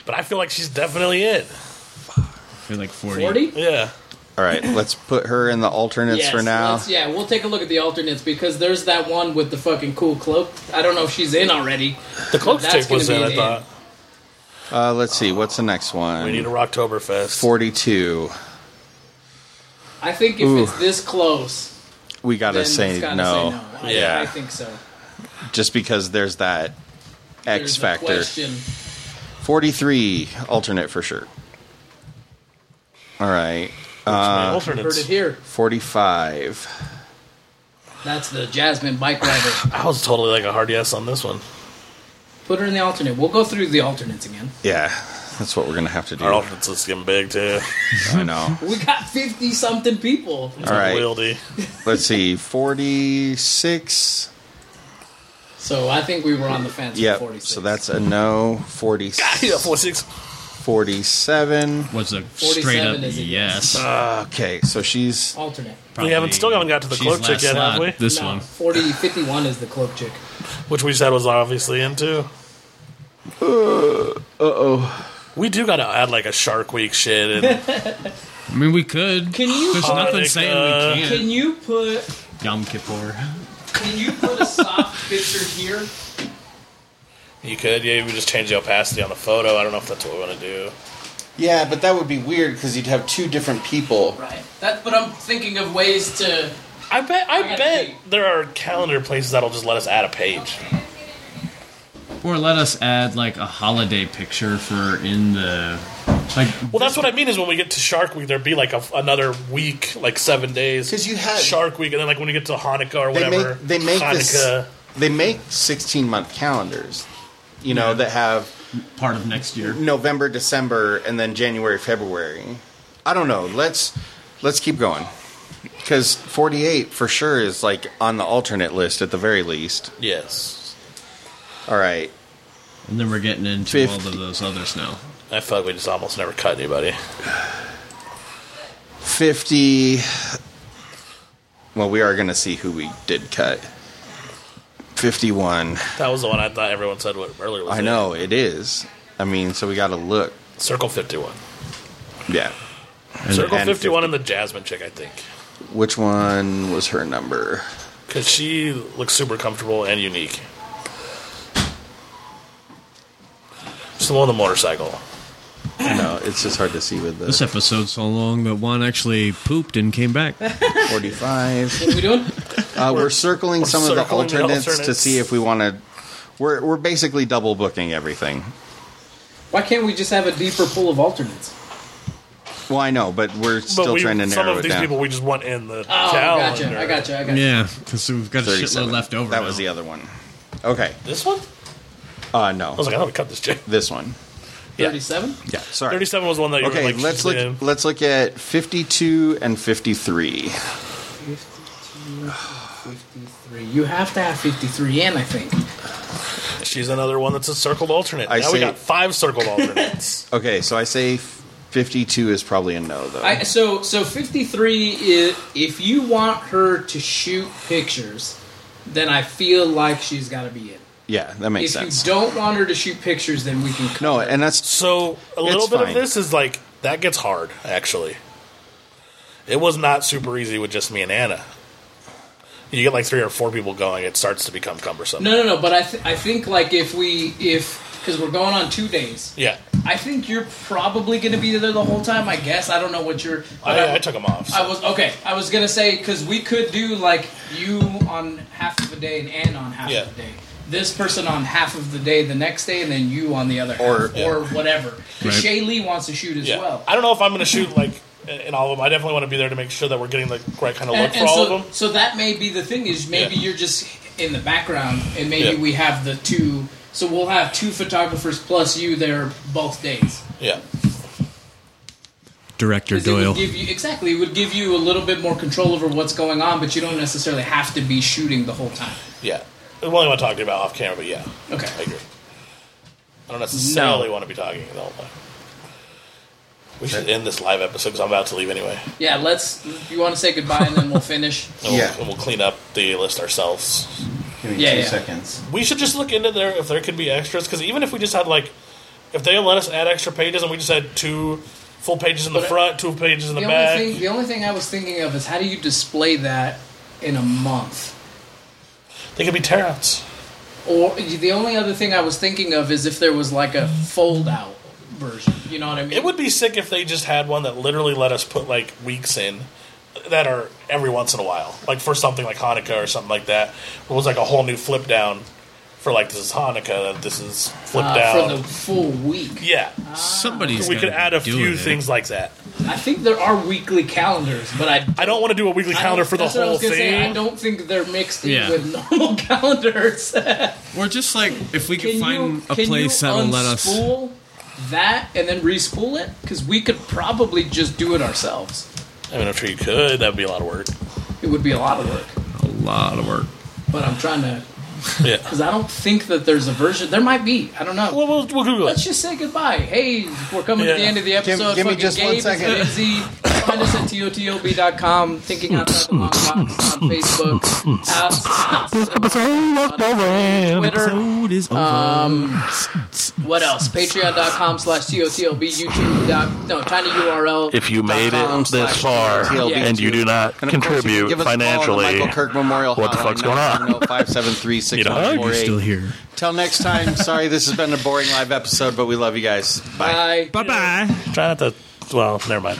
S4: But I feel like she's definitely it.
S5: Feel like 40.
S7: Forty.
S4: Yeah.
S6: All right, let's put her in the alternates
S7: Yes,
S6: for now.
S7: let's- Yeah, we'll take a look at the alternates because there's that one with the fucking cool cloak. I don't know if she's in already.
S4: The cloak
S7: That's
S4: stick was
S7: gonna
S4: in,
S7: be
S4: I
S7: the
S4: thought.
S7: end.
S6: Uh, let's see. What's the next one?
S4: We need a Rocktoberfest.
S6: 42.
S7: I think if
S6: Ooh.
S7: it's this close,
S6: We got
S7: then
S6: to
S7: it's
S6: say
S7: gotta
S6: no.
S7: say no. I,
S4: Yeah.
S7: I think so.
S6: Just because there's that X
S7: There's a
S6: Factor.
S7: question.
S6: 43 alternate for sure. All right. Uh,
S7: Heard it here.
S6: 45.
S7: That's the Jasmine bike rider.
S4: I was totally like a hard yes on this one.
S7: Put her in the alternate. We'll go through the alternates again.
S6: Yeah, that's what we're going to have to do.
S4: Our alternates is getting big too.
S6: I know.
S7: We got fifty something people.
S6: All right.
S4: Wieldy.
S6: Let's see. 46.
S7: So I think we were on the fence.
S6: Yep.
S7: with Forty
S6: So that's a no. 40,
S4: Yeah, four six.
S6: 47.
S5: Was a
S7: 47
S5: straight up
S7: is a
S5: yes.
S6: Okay, so she's.
S7: alternate.
S4: We haven't still haven't got to the
S5: She's
S4: cloak chick
S5: last
S4: yet, have
S5: slot,
S4: we?
S5: This
S7: No,
S5: one.
S7: 40, 51 is the cloak chick.
S4: Which we said was obviously into.
S6: Uh oh.
S4: We do got to add like a Shark Week shit. And
S5: I mean, we could.
S7: Can you-
S5: There's nothing
S4: Hanukkah.
S5: saying
S4: Uh,
S5: we can't.
S7: Can you put
S5: Yom Kippur.
S7: can you put a soft picture here?
S4: you could, yeah, we just change the opacity on the photo. I don't know if that's what we want to do.
S6: Yeah, but that would be weird because you'd have two different people.
S7: Right. That but I'm thinking of ways to
S4: I bet. I,
S7: gotta
S4: bet
S7: see.
S4: there are calendar places that'll just let us add a page.
S5: Or let us add like a holiday picture for in the like.
S4: Well, that's what I mean is when we get to Shark Week, there'd be like a, another week, like seven days.
S6: 'Cause you had-
S4: Shark Week, and then like when we get to Hanukkah or
S6: They
S4: whatever,
S6: make they make
S4: Hanukkah.
S6: this, they make sixteen month calendars, you know, that have
S5: part of next year.
S6: November, December, and then January, February. I don't know. Let's let's keep going because forty eight for sure is like on the alternate list at the very least.
S4: Yes,
S6: All right,
S5: And then we're getting into all
S6: Fifty.
S5: of those others now.
S4: I feel like we just almost never cut anybody.
S6: fifty. Well, we are going to see who we did cut. Fifty one.
S4: That was the one I thought everyone said what earlier. Was
S6: I
S4: it.
S6: know it is. I mean, so we got to look.
S4: Circle fifty one.
S6: Yeah.
S5: And
S4: Circle
S6: and
S4: fifty one and the Jasmine chick, I think,
S6: Which one was her number?
S4: because she looks super comfortable and unique. She's the one on the motorcycle.
S6: No, it's just hard to see with
S5: this
S6: the
S5: episode's so long that one actually pooped and came back.
S6: 45.
S7: what are we doing?
S6: Uh, we're circling some of the
S4: circling the
S6: alternates, to
S4: alternates.
S6: see if we want to. We're, we're basically double booking everything.
S7: Why can't we just have a deeper pool of alternates?
S6: Well, I know, but we're still
S4: but we,
S6: trying to
S4: some
S6: narrow
S4: of
S6: it
S4: these
S6: down.
S4: people we just want in the
S7: Oh,
S4: calendar.
S7: gotcha. I gotcha. I gotcha.
S5: yeah, because we've got a
S6: 37.
S5: shitload left over.
S6: That
S5: now.
S6: was the other one. Okay.
S4: This one?
S6: Uh,
S4: I was
S6: no.
S4: like, I don't cut this chick.
S6: This one.
S4: Yeah.
S7: Thirty-seven.
S6: Yeah. Sorry.
S4: Thirty-seven was one that you
S6: Okay,
S4: were like.
S6: let's
S4: she's
S6: look.
S4: in.
S6: Let's look at fifty-two and fifty-three.
S7: 52, 53. You have to have 53 in, I think.
S4: She's another one that's a circled alternate.
S6: I
S4: now we
S6: say-
S4: got five circled alternates.
S6: Okay, so I say fifty-two is probably a no, though.
S7: I, so, so 53 is if you want her to shoot pictures, then I feel like she's got to be in.
S6: yeah, that
S7: If
S6: makes sense.
S7: you don't want her to shoot pictures, then we can cut
S6: No,
S7: her.
S6: and that's
S4: So a little
S6: It's
S4: bit
S6: fine.
S4: of this is like that gets hard actually. It was not super easy with just me and Anna. You get like three or four people going, it starts to become cumbersome.
S7: no, no, no. But I, th- I think like if we if because we're going on two days,
S4: Yeah,
S7: I think you're probably going to be there the whole time. I guess I don't know what you're. but
S4: I, I took them off.
S7: I was okay. I was gonna say because we could do like you on half of a day and Ann on half
S4: Yeah.
S7: of the day. This person on half of the day the next day, and then you on the other
S6: Or-
S7: half, or whatever. 'Cause
S5: Right.
S7: Shay Lee wants to shoot as
S4: yeah,
S7: well.
S4: I don't know if I'm going to shoot like in in all of them. I definitely want to be there to make sure that we're getting the right kind of look
S7: And,
S4: for
S7: and
S4: all
S7: so,
S4: of them.
S7: so that may be the thing is maybe
S4: Yeah.
S7: you're just in the background, and maybe
S4: Yeah.
S7: we have the two. So we'll have two photographers plus you there both days.
S4: Yeah,
S5: Director
S7: 'Cause it would
S5: Doyle.
S7: give you- exactly, it would give you a little bit more control over what's going on, but you don't necessarily have to be shooting the whole time.
S4: yeah. The one I want to talk to you about off camera, but yeah,
S7: Okay.
S4: I agree. I don't necessarily want to be talking the whole time. We should end this live episode because I'm about to leave anyway.
S7: Yeah, let's. You want to say goodbye and then we'll finish.
S4: And we'll,
S6: Yeah.
S4: and we'll clean up the list ourselves.
S6: give me
S7: Yeah, yeah.
S6: seconds.
S4: We should just look into there if there could be extras because even if we just had like, if they let us add extra pages and we just had two full pages in the front, two pages in the,
S7: The only
S4: back,
S7: thing, the only thing I was thinking of is how do you display that in a month?
S4: they could be tearouts.
S7: Or the only other thing I was thinking of is if there was like a fold out version. You know what I mean?
S4: It would be sick if they just had one that literally let us put like weeks in that are every once in a while, like for something like Hanukkah or something like that. It was like a whole new flip down for like this is Hanukkah, that this is flipped
S7: Uh,
S4: out.
S7: for the full week.
S4: Yeah,
S5: somebody's.
S4: We could
S7: gotta be
S4: add a
S7: doing
S4: few
S7: it.
S4: things like that.
S7: I think there are weekly calendars, but I
S4: I don't want to do a weekly
S7: I
S4: calendar
S7: don't-
S4: for the
S7: that's what I
S4: whole
S7: was
S4: thing.
S7: gonna Say, I don't think they're mixed in
S5: Yeah.
S7: with normal calendars.
S5: Or just like if we could
S7: Can
S5: find
S7: you-
S5: a
S7: can
S5: place
S7: you
S5: that'll let us.
S7: unspool that and then respool it because we could probably just do it ourselves.
S4: I mean, I'm sure you could. That'd be a lot of work.
S7: It would be a lot of work,
S5: A lot of work.
S7: but I'm trying to
S4: Yeah.
S7: because I don't think that there's a version. There might be. I don't know. Well,
S4: we'll, we'll Google
S7: Let's just say goodbye. Hey, we're coming to the
S4: Yeah.
S7: end of the
S4: Give-
S7: episode.
S4: give me
S7: Fucking
S4: just one
S7: Gabe is
S4: second.
S7: busy. Find us at totob.com. Thinking outside the box on Facebook. Outside the Box on Twitter. Um, what else? Patreon.com slash TOTLB. YouTube. Dot, no, tiny URL.
S11: If you made it this far
S7: TLB
S11: and you do not
S6: And of course, you can
S11: contribute
S6: give us a call on the
S11: financially,
S6: Michael Kirk Memorial
S11: what the
S6: Hotline, oh
S11: fuck's going on?
S6: 573
S11: You're still
S5: here.
S6: Till next time. Sorry, this has been a boring live episode, but we love you guys.
S7: Bye.
S5: Bye bye.
S4: Try not to. Well, never mind.